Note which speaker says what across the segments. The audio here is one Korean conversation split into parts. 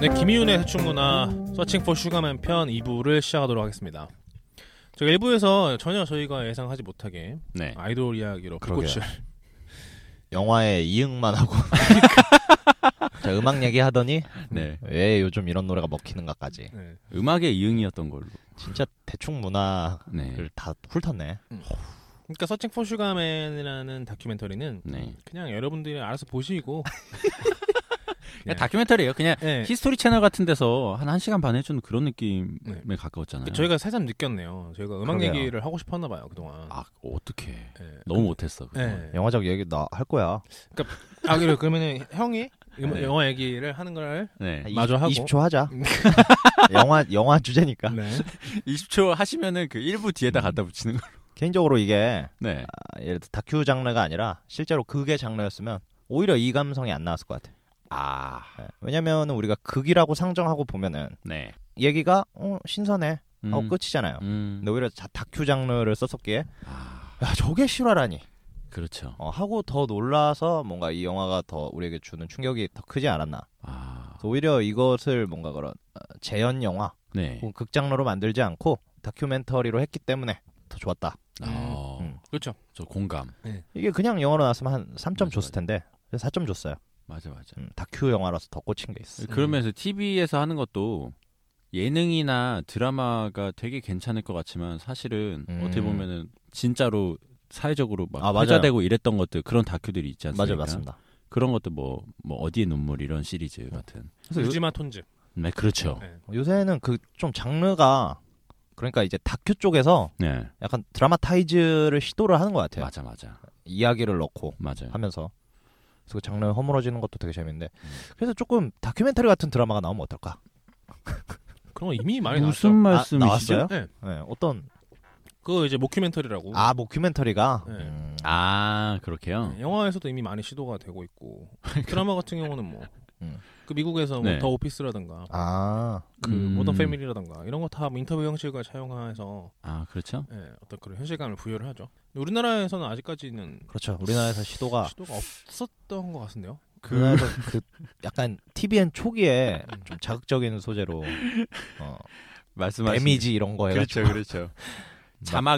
Speaker 1: 네, 김희윤의 해충문화 서칭 포 슈가맨 편 2부를 시작하도록 하겠습니다. 저 1부에서 전혀 저희가 예상하지 못하게
Speaker 2: 네.
Speaker 1: 아이돌 이야기로
Speaker 2: 그러게요.
Speaker 1: 불꽃을
Speaker 3: 영화에 이응만 하고 자, 음악 얘기하더니
Speaker 2: 네.
Speaker 3: 왜 요즘 이런 노래가 먹히는가까지
Speaker 1: 네.
Speaker 2: 음악의 이응이었던 걸로.
Speaker 3: 진짜 대충 문화를
Speaker 2: 네.
Speaker 3: 다 훑었네
Speaker 1: 그러니까 서칭 포 슈가맨이라는 다큐멘터리는
Speaker 2: 네.
Speaker 1: 그냥 여러분들이 알아서 보시고
Speaker 2: 그냥 그러니까 다큐멘터리예요. 그냥
Speaker 1: 네.
Speaker 2: 히스토리 채널 같은 데서 한 1시간 반 해주는 그런 느낌에
Speaker 1: 네.
Speaker 2: 가까웠잖아요.
Speaker 1: 저희가 새삼 느꼈네요. 저희가 음악
Speaker 3: 그러게요.
Speaker 1: 얘기를 하고 싶었나 봐요 그동안.
Speaker 2: 아, 어떻게.
Speaker 1: 네.
Speaker 2: 너무 못했어.
Speaker 1: 네.
Speaker 2: 그동안.
Speaker 3: 영화적 얘기 나 할 거야
Speaker 1: 아 그래 그러면은 형이 음-
Speaker 2: 네.
Speaker 1: 영화 얘기를 하는 걸
Speaker 2: 네.
Speaker 1: 마저 하고.
Speaker 3: 20초 하자 영화 영화 주제니까
Speaker 1: 네.
Speaker 2: 20초 하시면은 그 1부 뒤에다 갖다 붙이는 걸로.
Speaker 3: 개인적으로 이게
Speaker 2: 네.
Speaker 3: 아, 예를 들어 다큐 장르가 아니라 실제로 그게 장르였으면 오히려 이 감성이 안 나왔을 것 같아
Speaker 2: 아.
Speaker 3: 예. 왜냐면 우리가 극이라고 상정하고 보면은
Speaker 2: 네.
Speaker 3: 얘기가 어, 신선해 하고
Speaker 2: 음.
Speaker 3: 끝이잖아요
Speaker 2: 음.
Speaker 3: 근데 오히려 자- 다큐 장르를 썼었기에
Speaker 2: 아.
Speaker 3: 야 저게 실화라니
Speaker 2: 그렇죠.
Speaker 3: 어, 하고 더 놀라서 뭔가 이 영화가 더 우리에게 주는 충격이 더 크지 않았나.
Speaker 2: 아.
Speaker 3: 그래서 오히려 이것을 뭔가 그런 어, 재현 영화
Speaker 2: 네.
Speaker 3: 혹은 극장로로 만들지 않고 다큐멘터리로 했기 때문에 더 좋았다.
Speaker 2: 어.
Speaker 3: 음.
Speaker 1: 그렇죠.
Speaker 2: 저 공감.
Speaker 3: 이게 그냥 영화로 나왔으면 한 3점
Speaker 2: 맞아,
Speaker 3: 줬을 텐데 4점 줬어요.
Speaker 2: 맞아 맞아.
Speaker 3: 음, 다큐 영화라서 더 꽂힌 게 있어.
Speaker 2: 그러면서 TV에서 하는 것도 예능이나 드라마가 되게 괜찮을 것 같지만 사실은
Speaker 3: 음.
Speaker 2: 어떻게 보면은 진짜로 사회적으로 막
Speaker 3: 아, 맞아요.
Speaker 2: 회자되고 이랬던 것들 그런 다큐들이 있지 않습니까?
Speaker 3: 맞아요, 맞습니다.
Speaker 2: 그런 것도 뭐, 뭐 어디의 눈물 이런 시리즈 같은.
Speaker 1: 유지마 톤즈.
Speaker 2: 네, 그렇죠.
Speaker 1: 네.
Speaker 3: 요새는 그 좀 장르가 그러니까 이제 다큐 쪽에서
Speaker 2: 네,
Speaker 3: 약간 드라마타이즈를 시도를 하는 것 같아요.
Speaker 2: 맞아 맞아
Speaker 3: 이야기를 넣고
Speaker 2: 맞아요.
Speaker 3: 음. 하면서 그래서 그 장르 허물어지는 것도 되게 재밌는데
Speaker 2: 음.
Speaker 3: 그래서 조금 다큐멘터리 같은 드라마가 나오면 어떨까?
Speaker 1: 그런 거 이미 많이
Speaker 2: 무슨
Speaker 1: 나왔죠.
Speaker 3: 아,
Speaker 2: 말씀이시죠?
Speaker 3: 나왔어요?
Speaker 1: 네.
Speaker 3: 네, 어떤
Speaker 1: 그거 이제 모큐멘터리라고.
Speaker 3: 아 모큐멘터리가
Speaker 1: 네.
Speaker 3: 음,
Speaker 2: 아 그렇게요.
Speaker 1: 네, 영화에서도 이미 많이 시도가 되고 있고 드라마 같은 경우는 뭐.
Speaker 3: 음.
Speaker 1: 그 미국에서 뭐
Speaker 2: 네.
Speaker 1: 더 오피스라든가
Speaker 3: 아
Speaker 1: 그
Speaker 2: 음.
Speaker 1: 모던 패밀리라든가 이런 거 다뭐 인터뷰 형식을 차용해서
Speaker 2: 아 그렇죠.
Speaker 1: 예, 어떤 그런 현실감을 부여를 하죠. 근데 우리나라에서는 아직까지는
Speaker 3: 그렇죠 우리나라에서 시도가
Speaker 1: 시도가 없었던 것 같은데요.
Speaker 3: 우리나라에서 그 약간 TVN 초기에
Speaker 2: 음.
Speaker 3: 좀 자극적인 소재로 어,
Speaker 2: 그 말씀하신
Speaker 3: 데미지 이런 거 해가지고
Speaker 2: 그렇죠 그렇죠.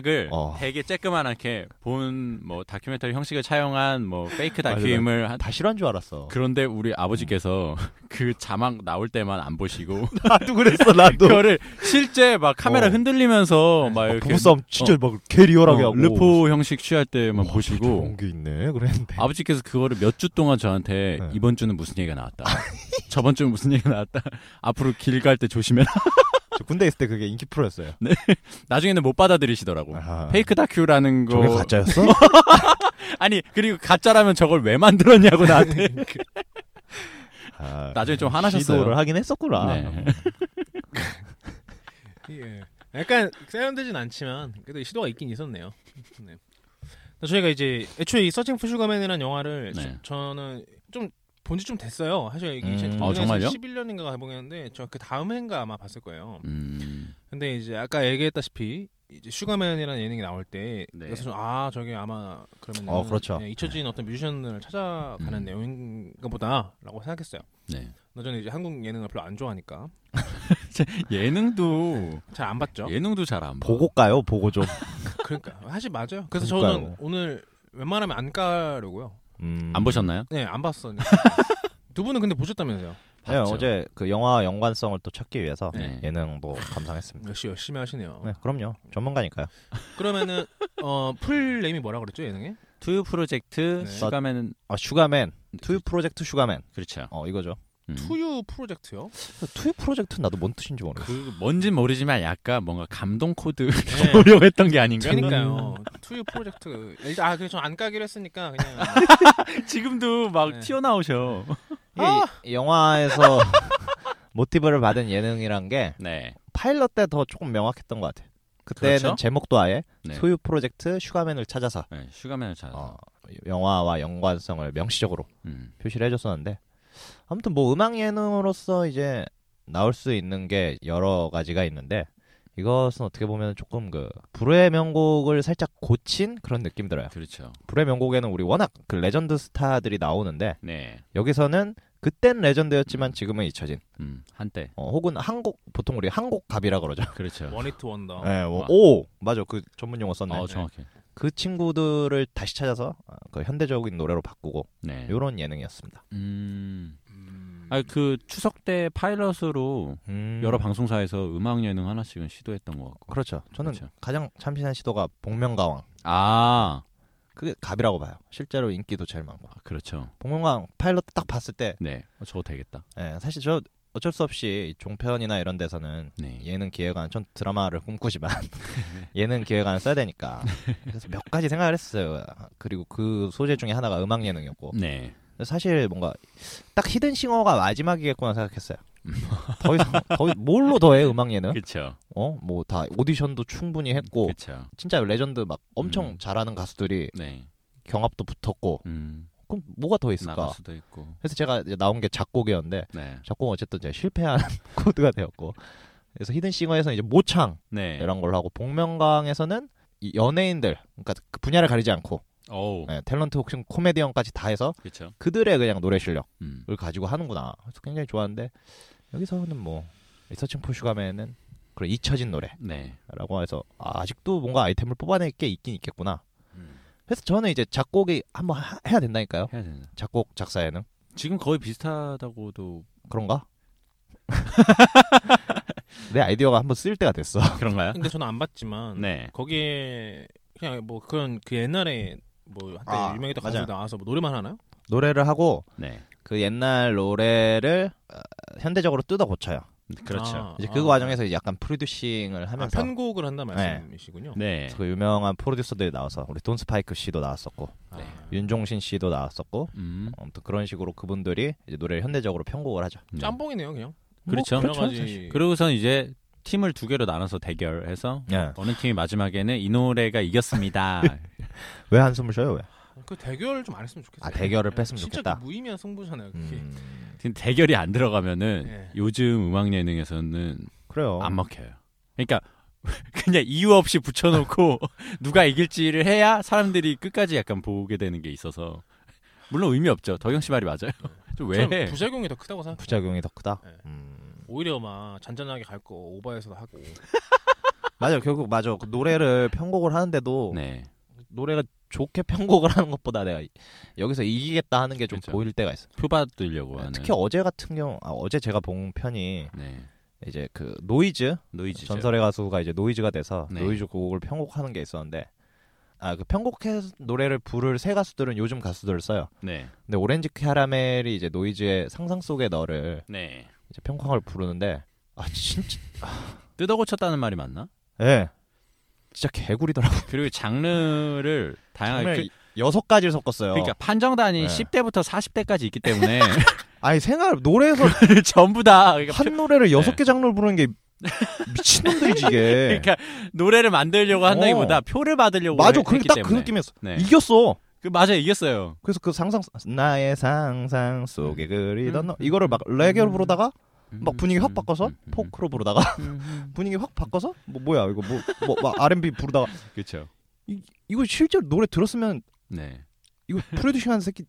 Speaker 2: 자막을
Speaker 3: 어.
Speaker 2: 되게 쬐끄만하게 본 뭐 다큐멘터리 형식을 차용한 뭐 페이크
Speaker 3: 맞아,
Speaker 2: 다큐임을 한
Speaker 3: 다 싫어한 줄 알았어 음.
Speaker 2: 그런데 우리 아버지께서 그 자막 나올 때만 안 보시고
Speaker 3: 나도 그랬어 나도
Speaker 2: 그거를 실제 막 카메라
Speaker 3: 어.
Speaker 2: 흔들리면서 막
Speaker 3: 막
Speaker 2: 이렇게
Speaker 3: 부부싸움 진짜 막개 리얼하게
Speaker 2: 어,
Speaker 3: 하고 어,
Speaker 2: 르포 형식 취할 때만
Speaker 3: 와,
Speaker 2: 보시고
Speaker 3: 좋은 게 있네 그랬는데
Speaker 2: 아버지께서 그거를 몇 주 동안 저한테
Speaker 3: 어. 네.
Speaker 2: 이번 주는 무슨 얘기가 나왔다. 저번 주는 무슨 얘기가 나왔다. 앞으로 길 갈 때 조심해라.
Speaker 3: 저 군대 있을 때 그게 인기 프로였어요
Speaker 2: 나중에는 못 받아들이시더라고.
Speaker 3: 아하.
Speaker 2: 네. 페이크 다큐라는 거.
Speaker 3: 저게 가짜였어?
Speaker 2: 아니, 그리고 가짜라면 저걸 왜 만들었냐고 나한테.
Speaker 3: 아,
Speaker 2: 나중에 좀 화나셨어요.
Speaker 3: 시도를 하긴 했었구나. 음.
Speaker 2: 네.
Speaker 1: 예. 약간 세련되진 않지만 그래도 시도가 있긴 있었네요. 네. 저희가 이제 애초에 이 서칭 푸슈가맨이라는 영화를
Speaker 2: 네.
Speaker 1: 저- 저는 좀 본지 좀 됐어요. 사실 이게
Speaker 3: 음.
Speaker 2: 어, 정말요?
Speaker 1: 11년인가 해보겠는데 저 그 다음 해인가 아마 봤을 거예요.
Speaker 2: 음,
Speaker 1: 근데 이제 아까 얘기했다시피 이제 슈가맨이라는 예능이 나올 때
Speaker 2: 네.
Speaker 1: 그래서 좀 아 저게 아마 그러면
Speaker 3: 어, 그렇죠.
Speaker 1: 잊혀진 어떤 뮤지션을 찾아가는
Speaker 2: 음.
Speaker 1: 내용인가 보다라고 생각했어요.
Speaker 2: 네.
Speaker 1: 근데 저는 이제 한국 예능을 별로 안 좋아하니까
Speaker 2: 네. 예능도,
Speaker 1: 잘 안 봤죠.
Speaker 2: 예능도 잘 안 봐.
Speaker 3: 보고 까요, 보고 좀.
Speaker 1: 그러니까 사실 맞아요. 그래서
Speaker 3: 그러니까요.
Speaker 1: 저는 오늘 웬만하면 안 까려고요.
Speaker 3: 음.
Speaker 2: 안 보셨나요?
Speaker 1: 네 안 봤어. 두 분은 근데 보셨다면서요?
Speaker 3: 네,
Speaker 2: 봤죠.
Speaker 3: 어제 그 영화 연관성을 또 찾기 위해서
Speaker 2: 네. 어.
Speaker 3: 예능도 뭐 감상했습니다.
Speaker 1: 역시 열심히 하시네요.
Speaker 3: 네, 그럼요. 전문가니까요.
Speaker 1: 그러면은 어, 풀네임이 뭐라 그랬죠 예능에?
Speaker 2: 투유 프로젝트,
Speaker 1: 네.
Speaker 2: 슈가맨은,
Speaker 3: 아, 슈가맨.
Speaker 2: 네.
Speaker 3: 투유 프로젝트 슈가맨.
Speaker 2: 그렇죠.
Speaker 3: 어, 이거죠.
Speaker 2: 음.
Speaker 1: 투유 프로젝트요.
Speaker 3: 투유 프로젝트 나도 뭔 뜻인지 모르겠어.
Speaker 2: 그 뭔진 모르지만 약간 뭔가 감동 코드
Speaker 1: 네.
Speaker 2: 보려고 했던 게 아닌가?
Speaker 1: 그러니까요. 투유 프로젝트. 일단 아 그래 전안 까기로 했으니까 그냥
Speaker 3: 그렇죠.
Speaker 2: 음. 지금도 막
Speaker 1: 네.
Speaker 2: 튀어나오셔.
Speaker 3: 이게
Speaker 2: 아!
Speaker 3: 이- 영화에서 모티브를 받은 예능이란 게
Speaker 2: 네.
Speaker 3: 파일럿 때 더 조금 명확했던 것 같아요. 그때는
Speaker 2: 그렇죠?
Speaker 3: 제목도 아예
Speaker 2: 네.
Speaker 3: 소유 프로젝트 슈가맨을 찾아서
Speaker 2: 네, 슈가맨을 찾아서.
Speaker 3: 어, 영화와 연관성을 명시적으로
Speaker 2: 음.
Speaker 3: 표시를 해줬었는데 아무튼 뭐 음악 예능으로서 이제 나올 수 있는 게 여러 가지가 있는데 이것은 어떻게 보면 조금 그 불후의 명곡을 살짝 고친 그런 느낌 들어요.
Speaker 2: 그렇죠.
Speaker 3: 불후의 명곡에는 우리 워낙 그 레전드 스타들이 나오는데
Speaker 2: 네.
Speaker 3: 여기서는 그땐 레전드였지만 지금은 잊혀진.
Speaker 2: 음, 한때.
Speaker 3: 어, 혹은 한국 보통 우리 한국 갑이라 그러죠.
Speaker 2: 그렇죠.
Speaker 1: 원히트 원더.
Speaker 3: 예, 뭐,
Speaker 2: 아.
Speaker 3: 오 맞아 그 전문 용어 썼네.
Speaker 2: 어, 정확해.
Speaker 3: 그 친구들을 다시 찾아서 어, 그 현대적인 노래로 바꾸고
Speaker 2: 네.
Speaker 3: 요런 예능이었습니다.
Speaker 2: 음.
Speaker 1: 음.
Speaker 2: 아, 그 추석 때 파일럿으로
Speaker 3: 음.
Speaker 2: 여러 방송사에서 음악 예능 하나씩은 시도했던 것 같고.
Speaker 3: 그렇죠. 저는
Speaker 2: 그렇죠.
Speaker 3: 가장 참신한 시도가 복면가왕.
Speaker 2: 아,
Speaker 3: 그게 갑이라고 봐요. 실제로 인기도 제일 많고.
Speaker 2: 아, 그렇죠.
Speaker 3: 복면가왕 파일럿 딱 봤을 때
Speaker 2: 네. 어, 저거 되겠다.
Speaker 3: 예, 사실 저 어쩔 수 없이 종편이나 이런 데서는
Speaker 2: 네.
Speaker 3: 예능 기획안 전 드라마를 꿈꾸지만 예능 기획안을 써야 되니까 그래서 몇 가지 생각을 했어요. 그리고 그 소재 중에 하나가 음악 예능이었고
Speaker 2: 네.
Speaker 3: 사실 뭔가 딱 히든싱어가 마지막이겠구나 생각했어요. 더 이상 더 뭘로 더해 음악 예능?
Speaker 2: 음. 그렇죠.
Speaker 3: 어뭐 다 오디션도 충분히 했고
Speaker 2: 그렇죠.
Speaker 3: 진짜 레전드 막 엄청
Speaker 2: 음.
Speaker 3: 잘하는 가수들이
Speaker 2: 네.
Speaker 3: 경합도 붙었고
Speaker 2: 음.
Speaker 3: 그럼 뭐가 더 있을까?
Speaker 2: 나갈 수도 있고.
Speaker 3: 그래서 제가 이제 나온 게 작곡이었는데
Speaker 2: 네.
Speaker 3: 작곡은 어쨌든 제가 실패한 코드가 되었고 그래서 히든싱어에서는 이제 모창
Speaker 2: 네.
Speaker 3: 이런 걸로 하고 복면가왕에서는 이 연예인들 그러니까 그 분야를 가리지 않고
Speaker 2: 어우.
Speaker 3: 예, 탤런트 혹은 코미디언까지 다 해서
Speaker 2: 그렇죠.
Speaker 3: 그들의 그냥 노래 실력을
Speaker 2: 음.
Speaker 3: 가지고 하는구나 그래서 굉장히 좋아하는데 여기서는 뭐 리서칭 포슈가맨은 그런 잊혀진 노래
Speaker 2: 네.
Speaker 3: 라고 해서 아, 직도 뭔가 아이템을 뽑아낼 게 있긴 있겠구나.
Speaker 2: 음.
Speaker 3: 그래서 저는 이제 작곡이 한번 하- 해야 된다니까요.
Speaker 2: 해야 된다.
Speaker 3: 작곡 작사에는
Speaker 2: 지금 거의 비슷하다고도
Speaker 3: 그런가? 내 아이디어가 한번 쓸 때가 됐어.
Speaker 2: 그런가요?
Speaker 1: 근데 저는 안 봤지만
Speaker 2: 네.
Speaker 1: 거기에 그냥 뭐 그런 그 옛날에 뭐 한때
Speaker 3: 아,
Speaker 1: 유명했던
Speaker 3: 맞아요.
Speaker 1: 가수 나와서 뭐 노래만 하나요?
Speaker 3: 노래를 하고
Speaker 2: 네.
Speaker 3: 그 옛날 노래를 어, 현대적으로 뜯어 고쳐요.
Speaker 2: 그렇죠.
Speaker 1: 아,
Speaker 3: 이제 그
Speaker 1: 아.
Speaker 3: 과정에서 이제 약간 프로듀싱을
Speaker 1: 아,
Speaker 3: 하면서
Speaker 1: 편곡을 한다 말씀이시군요.
Speaker 2: 네.
Speaker 3: 그 유명한 프로듀서들이 나와서 우리 돈 스파이크 씨도 나왔었고
Speaker 1: 아,
Speaker 2: 네.
Speaker 3: 윤종신 씨도 나왔었고
Speaker 2: 음.
Speaker 3: 아무튼 그런 식으로 그분들이 이제 노래를 현대적으로 편곡을 하죠.
Speaker 2: 네.
Speaker 1: 짬뽕이네요 그냥.
Speaker 2: 그렇죠.
Speaker 1: 여러
Speaker 3: 그렇죠,
Speaker 1: 가지
Speaker 3: 사실.
Speaker 2: 그러고선 이제 팀을 두 개로 나눠서 대결해서
Speaker 3: 예.
Speaker 2: 어느 팀이 마지막에는 이 노래가 이겼습니다.
Speaker 3: 왜 한숨을 쉬어요? 왜?
Speaker 1: 그 대결 좀 안 했으면 좋겠어요.
Speaker 3: 아, 대결을 뺐으면
Speaker 1: 진짜
Speaker 3: 좋겠다.
Speaker 1: 그 무의미한 승부잖아요. 그게.
Speaker 3: 음,
Speaker 2: 근데 대결이 안 들어가면은
Speaker 3: 예.
Speaker 1: 네.
Speaker 2: 요즘 음악 예능에서는
Speaker 3: 그래요.
Speaker 2: 안 먹혀요. 그러니까 그냥 이유 없이 붙여놓고 누가 이길지를 해야 사람들이 끝까지 약간 보게 되는 게 있어서 물론 의미 없죠. 덕영 씨 말이 맞아요.
Speaker 3: 예.
Speaker 2: 좀 왜?
Speaker 1: 저는
Speaker 2: 해?
Speaker 1: 부작용이 더 크다고 생각.
Speaker 3: 부작용이 더 크다.
Speaker 1: 네.
Speaker 3: 음.
Speaker 1: 오히려 막 잔잔하게 갈 거 오버해서도 하고.
Speaker 3: 맞아 결국 맞아 그 노래를 편곡을 하는데도
Speaker 2: 네.
Speaker 3: 노래가 좋게 편곡을 하는 것보다 내가 이- 여기서 이기겠다 하는 게 좀
Speaker 2: 그렇죠.
Speaker 3: 보일 때가 있어.
Speaker 2: 표 받으려고 하는.
Speaker 3: 특히 어제 같은 경우 아, 어제 제가 본 편이
Speaker 2: 네.
Speaker 3: 이제 그 노이즈
Speaker 2: 노이즈
Speaker 3: 전설의 가수가 이제 노이즈가 돼서
Speaker 2: 네.
Speaker 3: 노이즈 곡을 편곡하는 게 있었는데 아 그 편곡해 노래를 부를 새 가수들은 요즘 가수들을 써요.
Speaker 2: 네.
Speaker 3: 근데 오렌지 캐러멜이 이제 노이즈의 상상 속의 너를
Speaker 2: 네.
Speaker 3: 이제 평광을 부르는데 아 진짜
Speaker 2: 뜯어 고쳤다는 말이 맞나?
Speaker 3: 예 진짜 개구리더라고.
Speaker 2: 그리고 장르를 다양하게
Speaker 3: 정말
Speaker 2: 그,
Speaker 3: 여섯 가지를 섞었어요.
Speaker 2: 그러니까 판정단이
Speaker 3: 네.
Speaker 2: 10대부터 40대까지 있기 때문에
Speaker 3: 아니 생각 노래에서
Speaker 2: 전부 다 그러니까, 표-
Speaker 3: 한 노래를 여섯 개 장르를 부르는 게 미친놈들이지 이게.
Speaker 2: 그러니까 노래를 만들려고 한다기보다
Speaker 3: 어.
Speaker 2: 표를 받으려고
Speaker 3: 맞아,
Speaker 2: 했-
Speaker 3: 그게
Speaker 2: 했기
Speaker 3: 딱 그
Speaker 2: 때문에.
Speaker 3: 느낌이었어.
Speaker 2: 네.
Speaker 3: 이겼어.
Speaker 2: 그 맞아 이겼어요.
Speaker 3: 그래서 그 상상 나의 상상 속에 그리던 너
Speaker 2: 음.
Speaker 3: 이거를 막 레게로 부르다가 음, 막 분위기 확 바꿔서 포크로 부르다가
Speaker 2: 음.
Speaker 3: 분위기 확 바꿔서 뭐 뭐야 이거 뭐뭐막 R&B 부르다가
Speaker 2: 그렇죠.
Speaker 3: 이, 이거 실제로 노래 들었으면
Speaker 2: 네.
Speaker 3: 이거 프로듀싱하는 새끼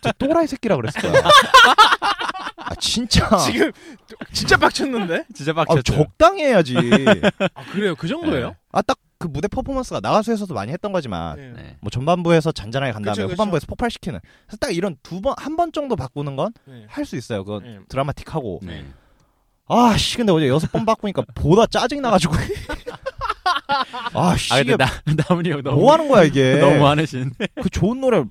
Speaker 3: 저 또라이 새끼라 그랬을 거야. 아 진짜.
Speaker 1: 지금 진짜 빡쳤는데?
Speaker 2: 진짜
Speaker 3: 아,
Speaker 2: 빡쳤죠.
Speaker 3: 적당히 해야지.
Speaker 1: 아 그래요? 그 정도예요?
Speaker 3: 아 딱 그 무대 퍼포먼스가 나가수에서도 많이 했던 거지만
Speaker 1: 네.
Speaker 2: 네.
Speaker 3: 뭐 전반부에서 잔잔하게 간 다음에
Speaker 1: 그쵸, 그쵸.
Speaker 3: 후반부에서 폭발시키는 그래서 딱 이런 두 번 한 번 정도 바꾸는 건 할 수
Speaker 1: 네.
Speaker 3: 있어요. 그건
Speaker 1: 네.
Speaker 3: 드라마틱하고
Speaker 2: 네.
Speaker 3: 아씨 근데 어제 여섯 번 바꾸니까 보다 짜증 이 나가지고 아씨
Speaker 2: 아 근데
Speaker 3: 이게
Speaker 2: 나 나문이 형 너무
Speaker 3: 뭐 하는 거야 이게
Speaker 2: 너무 하시는.
Speaker 3: 그 좋은 노래